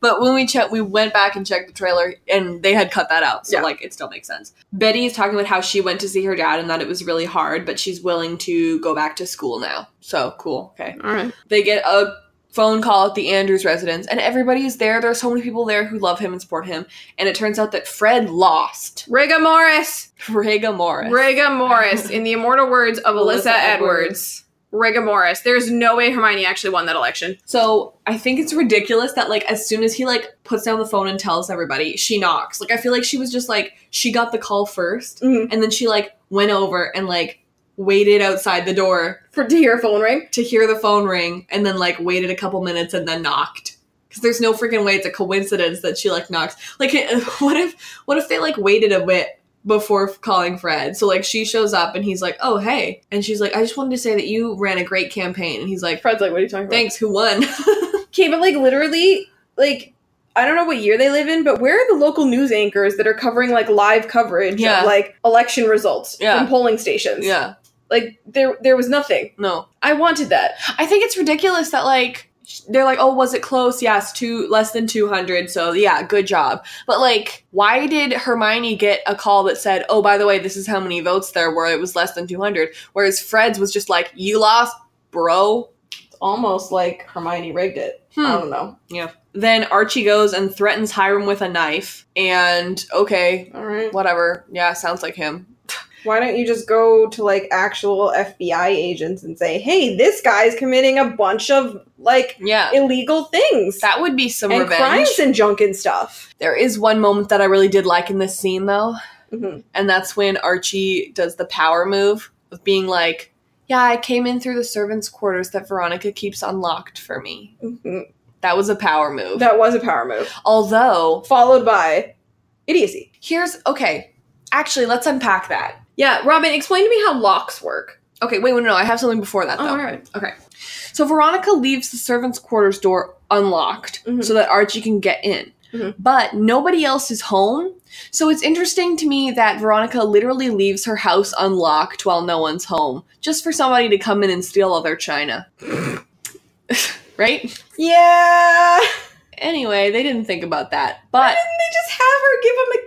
But when we checked, we went back and checked the trailer, and they had cut that out. So Yeah. like, it still makes sense. Betty is talking about how she went to see her dad and that it was really hard, but she's willing to go back to school now. So cool. Okay. All right. They get a phone call at the Andrews residence, and everybody is there. There are so many people there who love him and support him. And it turns out that Fred lost. Riga Morris. Riga Morris. Rigor Morris, in the immortal words of Alyssa Melissa Edwards. Rigor Morris. There's no way Hermione actually won that election. So I think it's ridiculous that like as soon as he like puts down the phone and tells everybody, she knocks. Like I feel like she was just like she got the call 1st Mhm. and then she like went over and like waited outside the door For to hear a phone ring? to hear the phone ring and then like waited a couple minutes and then knocked. Cause there's no freaking way it's a coincidence that she like knocks. Like what if what if they like waited a bit before calling Fred? So like she shows up and he's like, "Oh, hey." And she's like, "I just wanted to say that you ran a great campaign." And he's like, Fred's like, what are you talking "Thanks, who won?" Okay, but like literally, like I don't know what year they live in, but where are the local news anchors that are covering like live coverage Yeah. of like election results Yeah. from polling stations? yeah. Like there there was nothing. No. I wanted that. I think it's ridiculous that like they're like, "Oh, was it close?" Yes, two less than 200. So, yeah, good job. But like, why did Hermione get a call that said, "Oh, by the way, this is how many votes there were. It was less than 200." Whereas Fred's was just like, "You lost, bro." Almost like Hermione rigged it. I don't Hmm. know. Then Archie goes and threatens Hiram with a knife and okay, All right. whatever. Yeah, sounds like him. Why don't you just go to like actual FBI agents and say, "Hey, this guy's committing a bunch of like Yeah. illegal things That would be some and revenge. crimes and junk and stuff." There is one moment that I really did like in this scene though. Mhm. And that's when Archie does the power move of being like, Yeah, I came in through the servants' quarters that Veronica keeps unlocked for me. Mhm. That was a power move. That was a power move, Although, followed by idiocy. here's okay, actually, let's unpack that. Yeah, Robin, explain to me how locks work. Okay, wait, wait, no, I have something before that though. right. So Veronica leaves the servants' quarters door unlocked Mhm. so that Archie can get in. Mhm. But nobody else is home. So it's interesting to me that Veronica literally leaves her house unlocked while no one's home just for somebody to come in and steal all their china. right? Yeah, Anyway, they didn't think about that. But they just have her give him a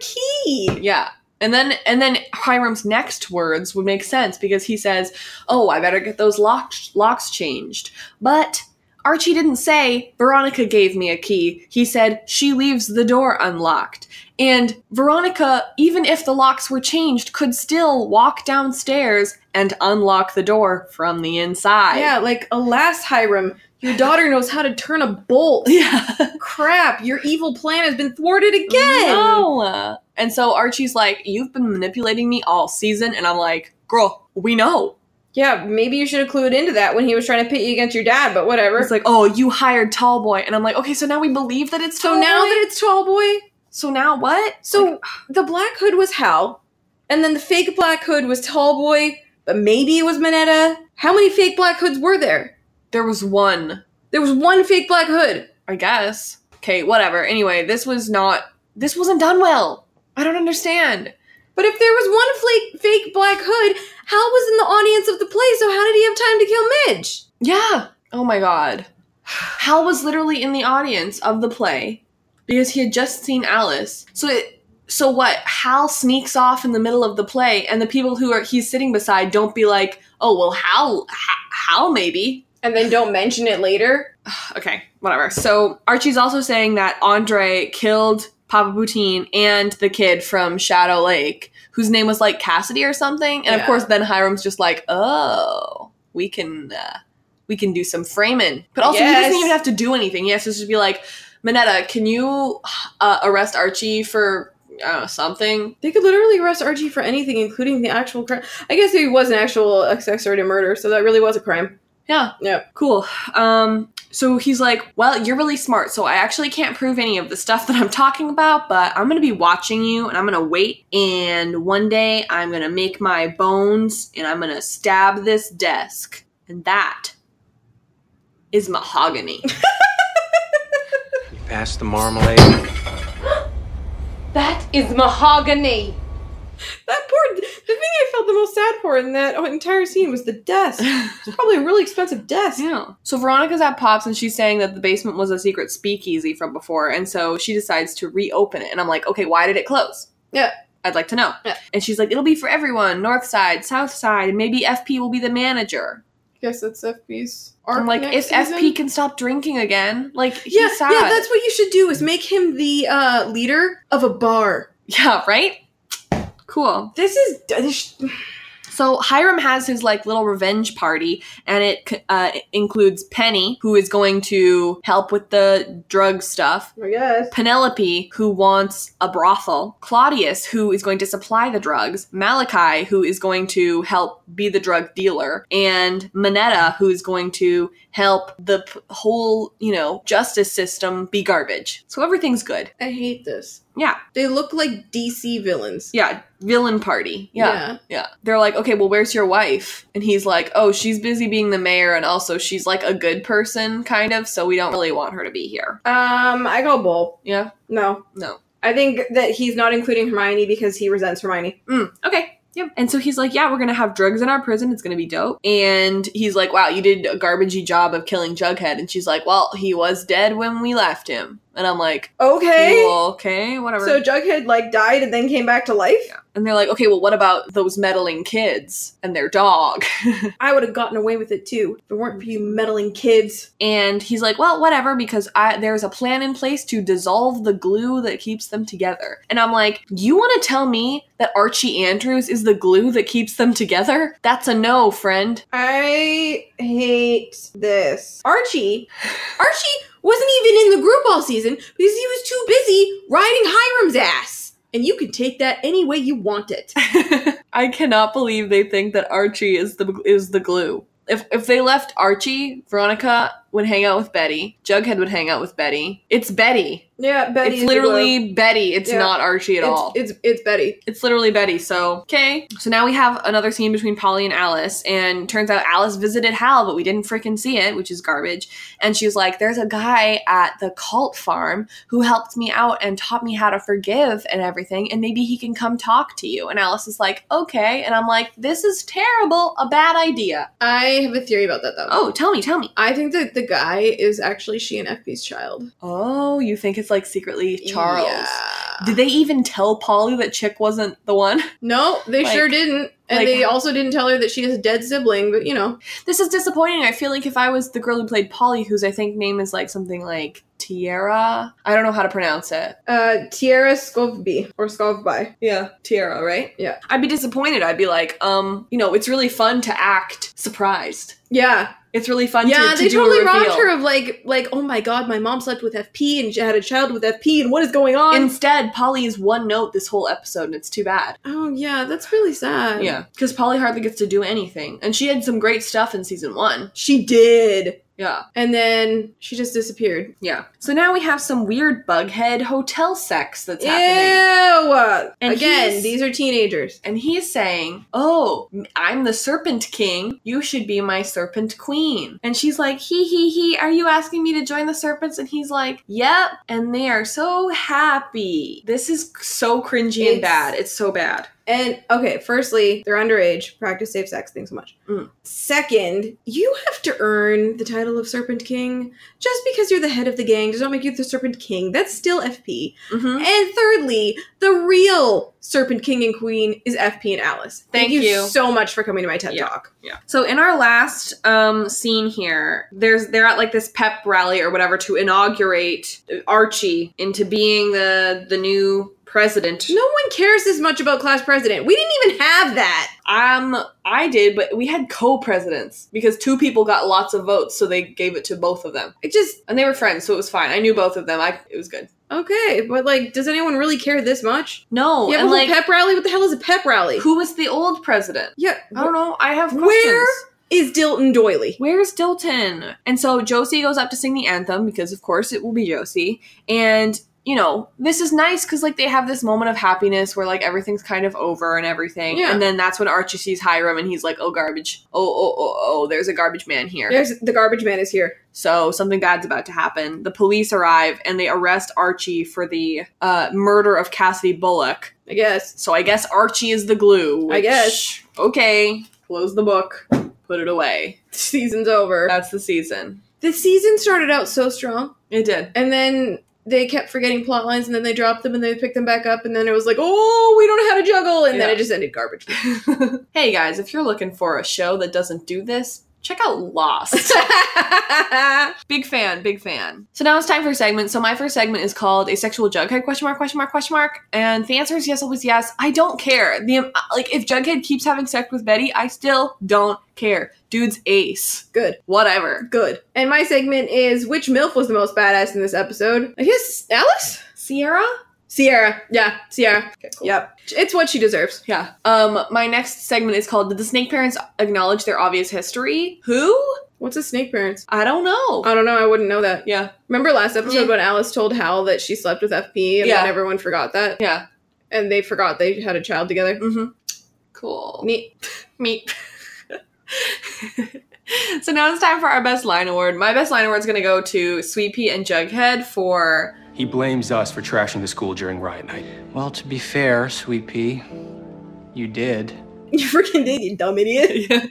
key. yeah. And then and then Hiram's next words would make sense because he says, "Oh, I better get those locks locks changed." But Archie didn't say Veronica gave me a key. He said she leaves the door unlocked. And Veronica, even if the locks were changed, could still walk downstairs and unlock the door from the inside. Yeah, like alas, Hiram, your daughter knows how to turn a bolt. Yeah. Crap, your evil plan has been thwarted again. No. And so Archie's like, "You've been manipulating me all season." And I'm like, "Girl, we know." Yeah, maybe you should have clued into that when he was trying to pit you against your dad, but whatever. It's like, oh, you hired Tallboy, and I'm like, okay, so now we believe that it's so Tallboy? now that it's Tallboy, so now what? so the Black Hood was Hal, and then the fake Black Hood was Tallboy, but maybe it was Minetta. How many fake Black Hoods were there? there was one, There was one fake Black Hood. I guess. Okay, whatever. Anyway, this was not. This wasn't done well. I don't understand. But if there was one flake, fake Black Hood, Hal was in the audience of the play, so how did he have time to kill Midge? Yeah. Oh my god. Hal was literally in the audience of the play because he had just seen Alice. So it. So what? Hal sneaks off in the middle of the play, and the people who are he's sitting beside don't be like, "Oh well, Hal, Ha- Hal maybe." And then don't mention it later. okay, whatever. So Archie's also saying that Andre killed Papa Poutine and the kid from Shadow Lake, whose name was like Cassidy or something. And Yeah. of course, then Hiram's just like, oh, we can uh, we can do some framing. But also, he Yes. doesn't even have to do anything. He has to just be like, Minetta, can you uh, arrest Archie for I don't know, something? They could literally arrest Archie for anything, including the actual crime. I guess he was an actual accessory to murder, so that really was a crime. Yeah. Yep. Cool. Um, so he's like, Well, you're really smart, so I actually can't prove any of the stuff that I'm talking about, but I'm gonna be watching you and I'm gonna wait. And one day I'm gonna make my bones and I'm gonna stab this desk. And that is mahogany. You pass the marmalade. That is mahogany. That poor. The thing I felt the most sad for in that entire scene was the desk. It's probably a really expensive desk. Yeah. So Veronica's at Pops and she's saying that the basement was a secret speakeasy from before, and so she decides to reopen it. And I'm like, okay, why did it close? Yeah. I'd like to know. Yeah. And she's like, it'll be for everyone, north side, south side, and maybe FP will be the manager. guess that's FP's. I'm like, if FP can stop drinking again, like he's yeah, sad. yeah, that's what you should do is make him the uh, leader of a bar. yeah, right? Cool. This is this, So Hiram has his like little revenge party, and it uh, includes Penny, who is going to help with the drug stuff, I guess. Penelope, who wants a brothel, Claudius, who is going to supply the drugs, Malachi, who is going to help be the drug dealer, and Minetta, who is going to help the p- whole, you know, justice system be garbage. So everything's good. I hate this. Yeah. They look like DC villains. Yeah. Villain party. Yeah. Yeah. They're like, okay, well, where's your wife? And he's like, oh, she's busy being the mayor, and also she's like a good person, kind of, so we don't really want her to be here. Yeah. Um, I go bull. Yeah. No. No. I think that he's not including Hermione because he resents Hermione. Mm, okay. Yep. And so he's like, yeah, we're going to have drugs in our prison. It's going to be dope. And he's like, wow, you did a garbagey job of killing Jughead. And she's like, well, he was dead when we left him. And I'm like, Okay. well, okay, whatever. So Jughead like died and then came back to life. and they're like, okay, well, what about those meddling kids and their dog? I would have gotten away with it too if it weren't for you meddling kids. And he's like, well, whatever, because I, there's a plan in place to dissolve the glue that keeps them together. And I'm like, you want to tell me that Archie Andrews is the glue that keeps them together? That's a no, friend. I hate this. Archie, Archie wasn't even in the group all season because he was too busy riding Hiram's ass. And you can take that any way you want it. I cannot believe they think that Archie is the is the glue. If if they left Archie, Veronica would hang out with Betty. Jughead would hang out with Betty. It's Betty. Yeah, Betty. it's literally Betty. It's Yeah. not Archie at all. It's, it's it's Betty. It's literally Betty. So, okay. So now we have another scene between Polly and Alice, and turns out Alice visited Hal, but we didn't freaking see it, which is garbage. And she's like, There's a guy at the cult farm who helped me out and taught me how to forgive and everything, and maybe he can come talk to you. And Alice is like, Okay. And I'm like, This is terrible. A bad idea. I have a theory about that though. Oh, tell me, tell me. I think that the guy is actually she and FP's child. Oh, you think it's like secretly Charles. Yeah. Did they even tell Polly that Chick wasn't the one? No, they Like- sure didn't. And like- they also didn't tell her that she has a dead sibling, but you know. This is disappointing. I feel like if I was the girl who played Polly, whose I think name is like something like Tierra, I don't know how to pronounce it. Uh Tierra Scovby or Scovby. Yeah, Tierra, right? Yeah. I'd be disappointed. I'd be like, um, you know, it's really fun to act surprised. Yeah. It's really fun. to, yeah, to they do a totally robbed reveal. her of like like, oh my god, my mom slept with FP and she had a child with FP and what is going on? Instead, Polly is one note this whole episode, and it's too bad. oh yeah, that's really sad. Yeah, because Polly hardly gets to do anything, and she had some great stuff in season one. She did. Yeah, And then she just disappeared. yeah. So now we have some weird bughead hotel sex that's Ew. happening. And Again, he's- these are teenagers. And he's saying, Oh, I'm the serpent king. You should be my serpent queen. And she's like, He, he, he, are you asking me to join the serpents? And he's like, Yep. And they are so happy. This is so cringy and It's- bad. It's so bad. And okay, firstly, they're underage. Practice safe sex. Thanks so much. Mm. Second, you have to earn the title of Serpent King. Just because you're the head of the gang does not make you the Serpent King. That's still FP. Mm-hmm. And thirdly, the real Serpent King and Queen is FP and Alice. Thank you. so much for coming to my TED Yeah. Talk. So in our last um, scene here, there's they're at like this pep rally or whatever to inaugurate Archie into being the the new president. No one cares as much about class president. We didn't even have that. Um, I did, but we had co-presidents because two people got lots of votes, so they gave it to both of them, It just and they were friends, so it was fine. I knew both of them. I it was good. okay, but like, does anyone really care this much? No, You have Oh, and a whole like pep rally. What the hell is a pep rally? who was the old president? Yeah, I don't know. I have questions. Where is Dilton Doily? Where's Dilton? And so Josie goes up to sing the anthem because, of course, it will be Josie. And, you know, this is nice because, like, they have this moment of happiness where, like, everything's kind of over and everything. Yeah. And then that's when Archie sees Hiram and he's like, oh, garbage. Oh, oh, oh, oh, there's a garbage man here. There's the garbage man is here. So something bad's about to happen. The police arrive and they arrest Archie for the uh, murder of Cassidy Bullock. I guess. So I guess Archie is the glue. I which- guess. Okay. Close the book. Put it away. Season's over. That's the season. the season started out so strong, It did. and then they kept forgetting plot lines, and then they dropped them, and they picked them back up, and then it was like, oh, we don't know how to juggle, and then Yeah. it just ended garbage. hey guys, if you're looking for a show that doesn't do this, check out Lost. big fan, big fan. So now it's time for a segment. So my first segment is called "A Sexual Jughead?" Question mark? Question mark? Question mark? And the answer is yes, always yes. I don't care. The uh, like, if Jughead keeps having sex with Betty, I still don't care. Dude's ace. Good. Whatever. Good. And my segment is which MILF was the most badass in this episode? I guess Alice? Sierra. Sierra. Yeah, Sierra. cool. Yep. It's what she deserves. Yeah. Um. My next segment is called "Did the Snake Parents acknowledge their obvious history?" Who? What's a snake parents? I don't know. Um, I don't know. I wouldn't know that. yeah. Remember last episode Mm. when Alice told Hal that she slept with FP and Yeah. then everyone forgot that? Yeah. And they forgot they had a child together? Mm-hmm. Cool. Neat. Meat. so now it's time for our best line award. My best line award is going to go to Sweet Pea and Jughead for He blames us for trashing the school during riot night. Well, to be fair, Sweet Pea, you did. You freaking did, you dumb idiot.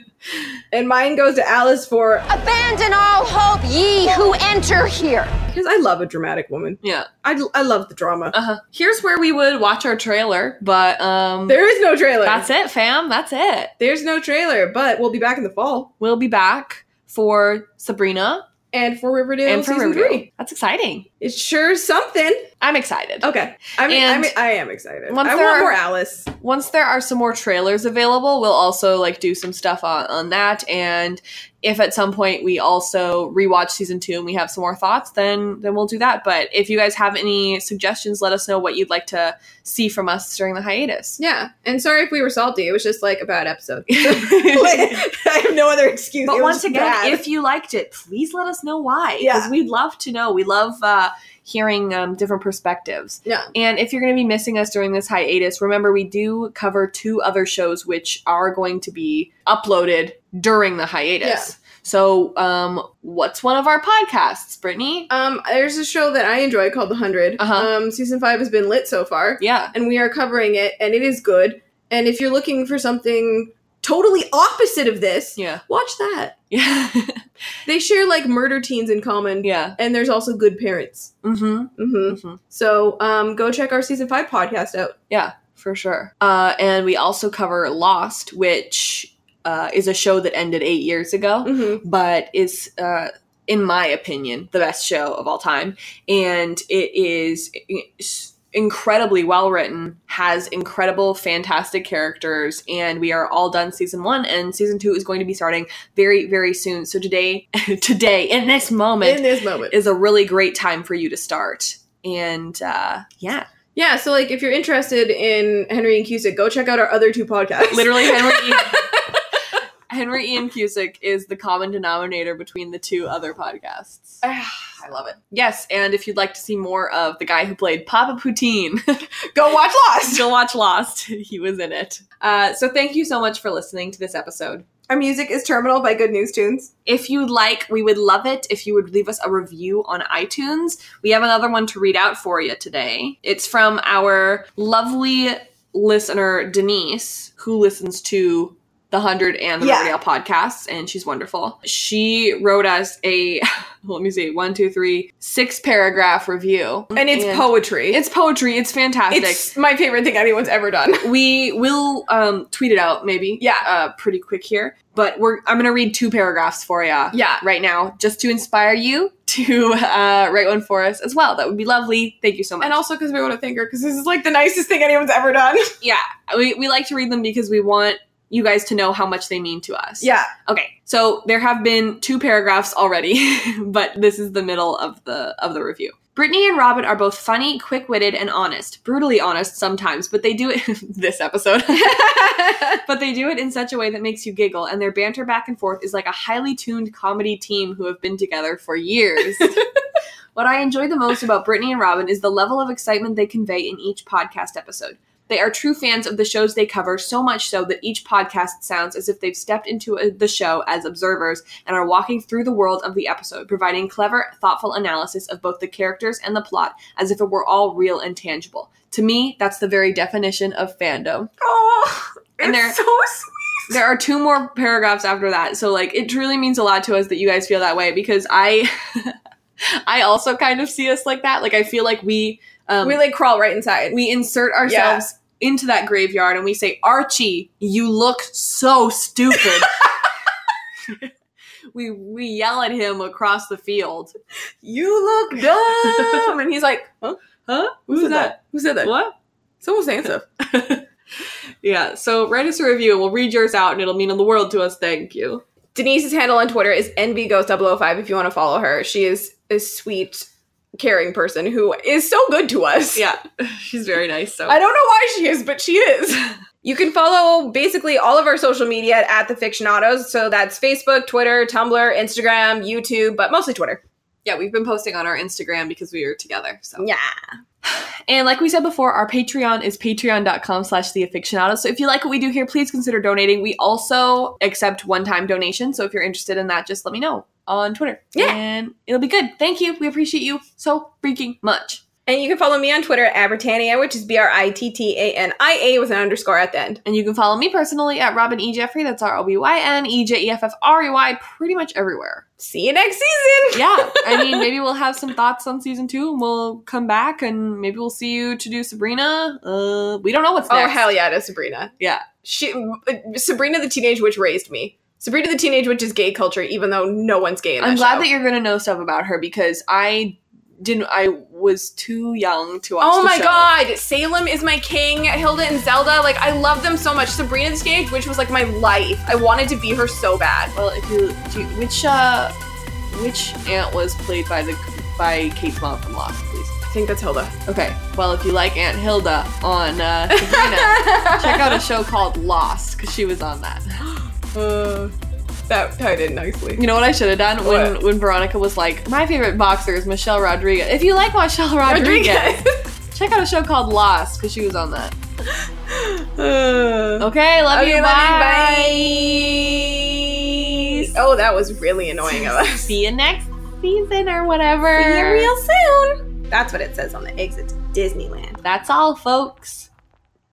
And mine goes to Alice for Abandon all hope, ye who enter here. because I love a dramatic woman. yeah. I, I love the drama. Uh-huh. Here's where we would watch our trailer, but um there is no trailer. that's it, fam. That's it. There's no trailer, but we'll be back in the fall. We'll be back for Sabrina and for Riverdale and for season Riverdale. three. Oh. That's exciting. It's sure something. I'm excited. Okay, I mean, I And mean, I am excited. once I there want are- more Alice. once there are some more trailers available, we'll also like do some stuff on, on that. And if at some point we also rewatch season two and we have some more thoughts, then then we'll do that. But if you guys have any suggestions, let us know what you'd like to see from us during the hiatus. Yeah, and sorry if we were salty. It was just like a bad episode. I have no other excuse. But It was once again, bad. if you liked it, please let us know why. Yeah. Because we'd love to know. We love uh, hearing um, different perspectives. Yeah. And if you're going to be missing us during this hiatus, remember we do cover two other shows which are going to be uploaded during the hiatus. Yeah. So, um, what's one of our podcasts, Brittany? um, there's a show that I enjoy called The 100 Uh-huh. Um, season five has been lit so far, Yeah. and we are covering it, and it is good. And if you're looking for something totally opposite of this, Yeah. watch that. Yeah. They share like murder teens in common, yeah. and there's also good parents. Mm-hmm. hmm Mm-hmm. So um, go check our season five podcast out. Yeah, for sure. Uh, and we also cover Lost, which uh, is a show that ended eight years ago. Mm-hmm. but is, uh, in my opinion, the best show of all time. And it is i- s- incredibly well written, has incredible, fantastic characters. And we are all done season one, and season two is going to be starting very, very soon. So today, today, in this moment, In this moment. is a really great time for you to start. And uh, yeah, yeah, so like if you're interested in Henry and Cusick, go check out our other two podcasts. literally, Henry. Ian- Henry Ian Cusick is the common denominator between the two other podcasts. I love it. Yes, and if you'd like to see more of the guy who played Papa Poutine, Go watch Lost. still watch Lost. He was in it. Uh, so thank you so much for listening to this episode. Our music is Terminal by Good News Tunes. If you'd like, we would love it if you would leave us a review on iTunes. We have another one to read out for you today. It's from our lovely listener, Denise, who listens to the 100 and the Yeah. Riverdale podcasts, and she's wonderful. She wrote us a let me see, one, two, three, six paragraph review. And it's poetry. It's poetry. It's fantastic. It's my favorite thing anyone's ever done. we will um, tweet it out maybe. Yeah. Uh, pretty quick here. But we're I'm gonna read two paragraphs for ya Yeah. right now, just to inspire you to uh, write one for us as well. That would be lovely. Thank you so much. And also because we want to thank her because this is like the nicest thing anyone's ever done. yeah, we, we like to read them because we want you guys to know how much they mean to us. Yeah. Okay. So there have been two paragraphs already, but this is the middle of the of the review. Brittany and Robin are both funny, quick-witted, and honest. Brutally honest sometimes, but they do it this episode. but they do it in such a way that makes you giggle, and their banter back and forth is like a highly tuned comedy team who have been together for years. what I enjoy the most about Brittany and Robin is the level of excitement they convey in each podcast episode. They are true fans of the shows they cover, so much so that each podcast sounds as if they've stepped into a, the show as observers and are walking through the world of the episode, providing clever, thoughtful analysis of both the characters and the plot as if it were all real and tangible. To me, that's the very definition of fandom. Oh, And it's they're- so sweet. There are two more paragraphs after that, so like it truly means a lot to us that you guys feel that way because I I also kind of see us like that. Like I feel like we um, we like crawl right inside. we insert ourselves into that graveyard and we say, Archie, you look so stupid. we we yell at him across the field. you look dumb, and he's like, huh? Huh? Who Who's said that? that? Who said that? What? Someone saying stuff. Yeah, so write us a review and we'll read yours out and it'll mean the world to us. Thank you. Denise's handle on Twitter is nvghost005 if you want to follow her. She is a sweet, caring person who is so good to us. Yeah, she's very nice. So I don't know why she is, but she is. You can follow basically all of our social media at The Fictionados. So that's Facebook, Twitter, Tumblr, Instagram, YouTube, but mostly Twitter. yeah, we've been posting on our Instagram because we were together. So Yeah. And like we said before, our Patreon is patreon.com slash theaficionado. So if you like what we do here, please consider donating. We also accept one-time donations. So if you're interested in that, just let me know on Twitter. Yeah. And it'll be good. Thank you. We appreciate you so freaking much. And you can follow me on Twitter at Abertania, which is B R I T T A N I A with an underscore at the end. And you can follow me personally at Robin E. Jeffrey. That's E R-O-B-Y-N-E-J-E-F-F-R-E-Y pretty much everywhere. See you next season. Yeah. I mean, maybe we'll have some thoughts on season two and we'll come back and maybe we'll see you to do Sabrina. Uh, we don't know what's Oh next. hell yeah, to Sabrina. Yeah. She uh, Sabrina the Teenage Witch raised me. Sabrina the Teenage Witch is gay culture, even though no one's gay in that I'm glad show. that you're gonna know stuff about her because I didn't. I was too young to watch. Oh the my show. god, Salem is my king. Hilda and Zelda, like I love them so much. Sabrina the Teenage Witch was like my life. I wanted to be her so bad. Well, if you, do you- which uh, which aunt was played by the by Kate's mom from Lost, please. I think that's Hilda. Okay. Well, if you like Aunt Hilda on uh, Sabrina, check out a show called Lost because she was on that. Uh, that tied in nicely. You know what I should have done when What? when Veronica was like, my favorite boxer is Michelle Rodriguez. If you like Michelle Rodriguez. check out a show called Lost because she was on that. Uh, Okay, love Okay, you. love bye. Oh, that was really annoying of us. See you next season or whatever. real soon. That's what it says on the exit to Disneyland. That's all, folks.